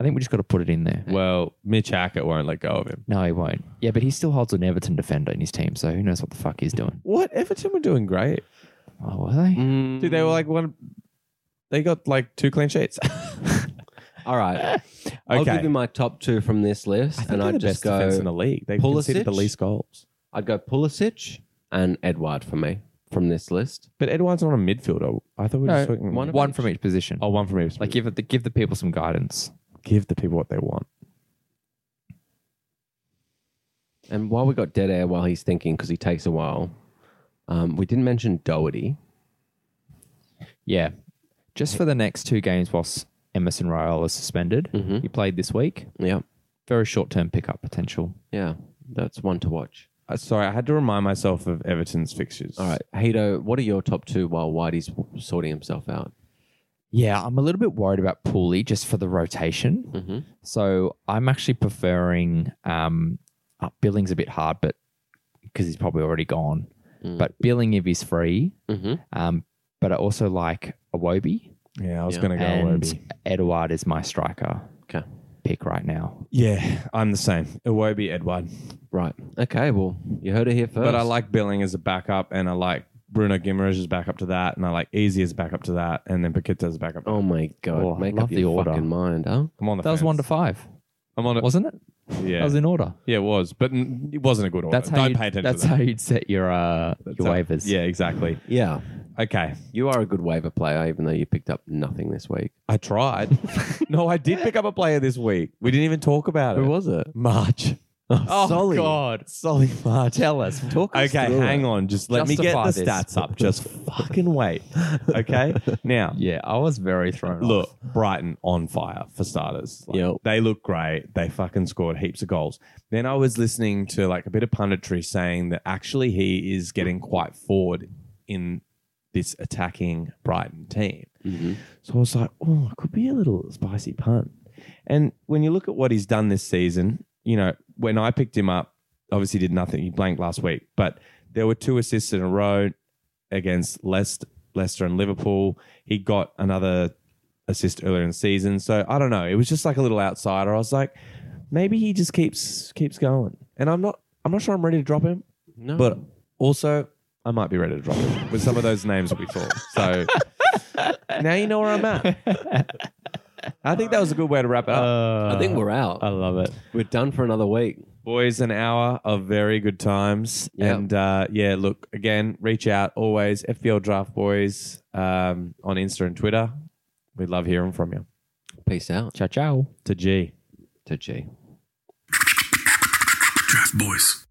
[SPEAKER 1] I think we just got to put it in there.
[SPEAKER 3] Mm.
[SPEAKER 2] Well, Mitch Hackett won't let go of him.
[SPEAKER 1] No, he won't. Yeah, but he still holds an Everton defender in his team, so who knows what the fuck he's doing.
[SPEAKER 2] What Everton were doing great,
[SPEAKER 1] Oh, were they?
[SPEAKER 3] Mm.
[SPEAKER 2] dude. They were like one. They got like two clean sheets.
[SPEAKER 3] All right. I'll give you
[SPEAKER 2] okay,
[SPEAKER 3] my top two from this list, and
[SPEAKER 2] they're the
[SPEAKER 3] I'd
[SPEAKER 2] best
[SPEAKER 3] just go.
[SPEAKER 2] defense in the league. They conceded the
[SPEAKER 3] Pulisic?
[SPEAKER 2] least goals,
[SPEAKER 3] I'd go Pulisic and Edward for me from this list.
[SPEAKER 2] but Edward's not a midfielder. I thought we were
[SPEAKER 1] No,
[SPEAKER 2] just talking
[SPEAKER 3] one of-
[SPEAKER 1] One from each position.
[SPEAKER 2] Oh, one from each.
[SPEAKER 1] Like give it the, give the people some guidance.
[SPEAKER 2] give the people what they want.
[SPEAKER 3] And while we got dead air while he's thinking, because he takes a while, um, we didn't mention Doherty.
[SPEAKER 1] Yeah, just for the next two games, whilst Emerson Royal is suspended,
[SPEAKER 3] Mhm.
[SPEAKER 1] he played this week.
[SPEAKER 3] Yeah.
[SPEAKER 1] Very short term pickup potential.
[SPEAKER 3] Yeah. That's one to watch.
[SPEAKER 2] Uh, sorry, I had to remind myself of Everton's fixtures.
[SPEAKER 3] All right. Hito, what are your top two while Whitey's sorting himself out?
[SPEAKER 1] Yeah, I'm a little bit worried about Pooley just for the rotation.
[SPEAKER 3] Mm-hmm.
[SPEAKER 1] So I'm actually preferring um, uh, Billings a bit hard, but because he's probably already gone.
[SPEAKER 3] Mm.
[SPEAKER 1] But Billing if he's free,
[SPEAKER 3] Mm-hmm.
[SPEAKER 1] um, but I also like Awobi
[SPEAKER 2] Yeah, I was
[SPEAKER 3] Yeah.
[SPEAKER 2] going to go
[SPEAKER 1] and
[SPEAKER 2] Iwobi.
[SPEAKER 1] Eduard is my striker
[SPEAKER 3] Okay.
[SPEAKER 1] pick right now.
[SPEAKER 2] Yeah, I'm the same. Iwobi, Edward.
[SPEAKER 3] Right. Okay. Well, you heard it here first.
[SPEAKER 2] But I like Billing as a backup, and I like Bruno Guimaraes as backup to that, and I like Easy as backup to that, and then Paqueta as backup.
[SPEAKER 3] Oh my god!
[SPEAKER 1] Oh, I
[SPEAKER 3] Make
[SPEAKER 1] love
[SPEAKER 3] up
[SPEAKER 1] the
[SPEAKER 3] your
[SPEAKER 1] order.
[SPEAKER 3] fucking mind, huh?
[SPEAKER 2] I'm on the
[SPEAKER 1] That was
[SPEAKER 2] fence.
[SPEAKER 1] one to five,
[SPEAKER 2] I'm on it.
[SPEAKER 1] wasn't it?
[SPEAKER 2] Yeah,
[SPEAKER 1] That was in order.
[SPEAKER 2] yeah, it was, but n- it wasn't a good order.
[SPEAKER 1] That's how
[SPEAKER 2] Don't
[SPEAKER 1] you,
[SPEAKER 2] pay attention.
[SPEAKER 1] That's
[SPEAKER 2] to that.
[SPEAKER 1] how you'd set your uh, your
[SPEAKER 2] how-
[SPEAKER 1] waivers.
[SPEAKER 2] Yeah, exactly.
[SPEAKER 3] Yeah.
[SPEAKER 2] Okay,
[SPEAKER 3] You are a good waiver player, even though you picked up nothing this week.
[SPEAKER 2] I tried. no, I did pick up a player this week. We didn't even talk about it.
[SPEAKER 3] was it?
[SPEAKER 2] March. Oh, Solly.
[SPEAKER 1] God,
[SPEAKER 2] Solly March.
[SPEAKER 1] tell us. Talk us
[SPEAKER 2] Okay,
[SPEAKER 1] through
[SPEAKER 2] hang
[SPEAKER 1] it.
[SPEAKER 2] on. Just let
[SPEAKER 1] Justify
[SPEAKER 2] me get the
[SPEAKER 1] this.
[SPEAKER 2] stats up. Just fucking wait. Okay. Now,
[SPEAKER 1] Yeah, I was very thrown. off.
[SPEAKER 2] look, Brighton on fire for starters. Like,
[SPEAKER 3] Yep.
[SPEAKER 2] They look great. They fucking scored heaps of goals. Then I was listening to like a bit of punditry saying that actually he is getting quite forward in this attacking Brighton team. So I was like, oh, it could be a little spicy pun. And when you look at what he's done this season, you know, when I picked him up, obviously did nothing. He blanked last week, but there were two assists in a row against Leicester, Leicester and Liverpool. He got another assist earlier in the season. So I don't know. It was just like a little outsider. I was like, maybe he just keeps keeps going. And I'm not I'm not sure I'm ready to drop him,
[SPEAKER 3] No.
[SPEAKER 2] but also I might be ready to drop him with some of those names that we thought. So now you know where I'm at. I think that was a good way to wrap it up.
[SPEAKER 3] I think we're out.
[SPEAKER 1] Uh,
[SPEAKER 2] Uh,
[SPEAKER 1] I love it.
[SPEAKER 3] We're done for another week.
[SPEAKER 2] Boys, an hour of very good times.
[SPEAKER 3] Yeah.
[SPEAKER 2] And uh, yeah, look, again, reach out always, FPL Draft Boys um, on Insta and Twitter. We'd love hearing from you.
[SPEAKER 3] Peace out
[SPEAKER 1] Ciao ciao.
[SPEAKER 2] To G.
[SPEAKER 3] to G.
[SPEAKER 4] Draft Boys.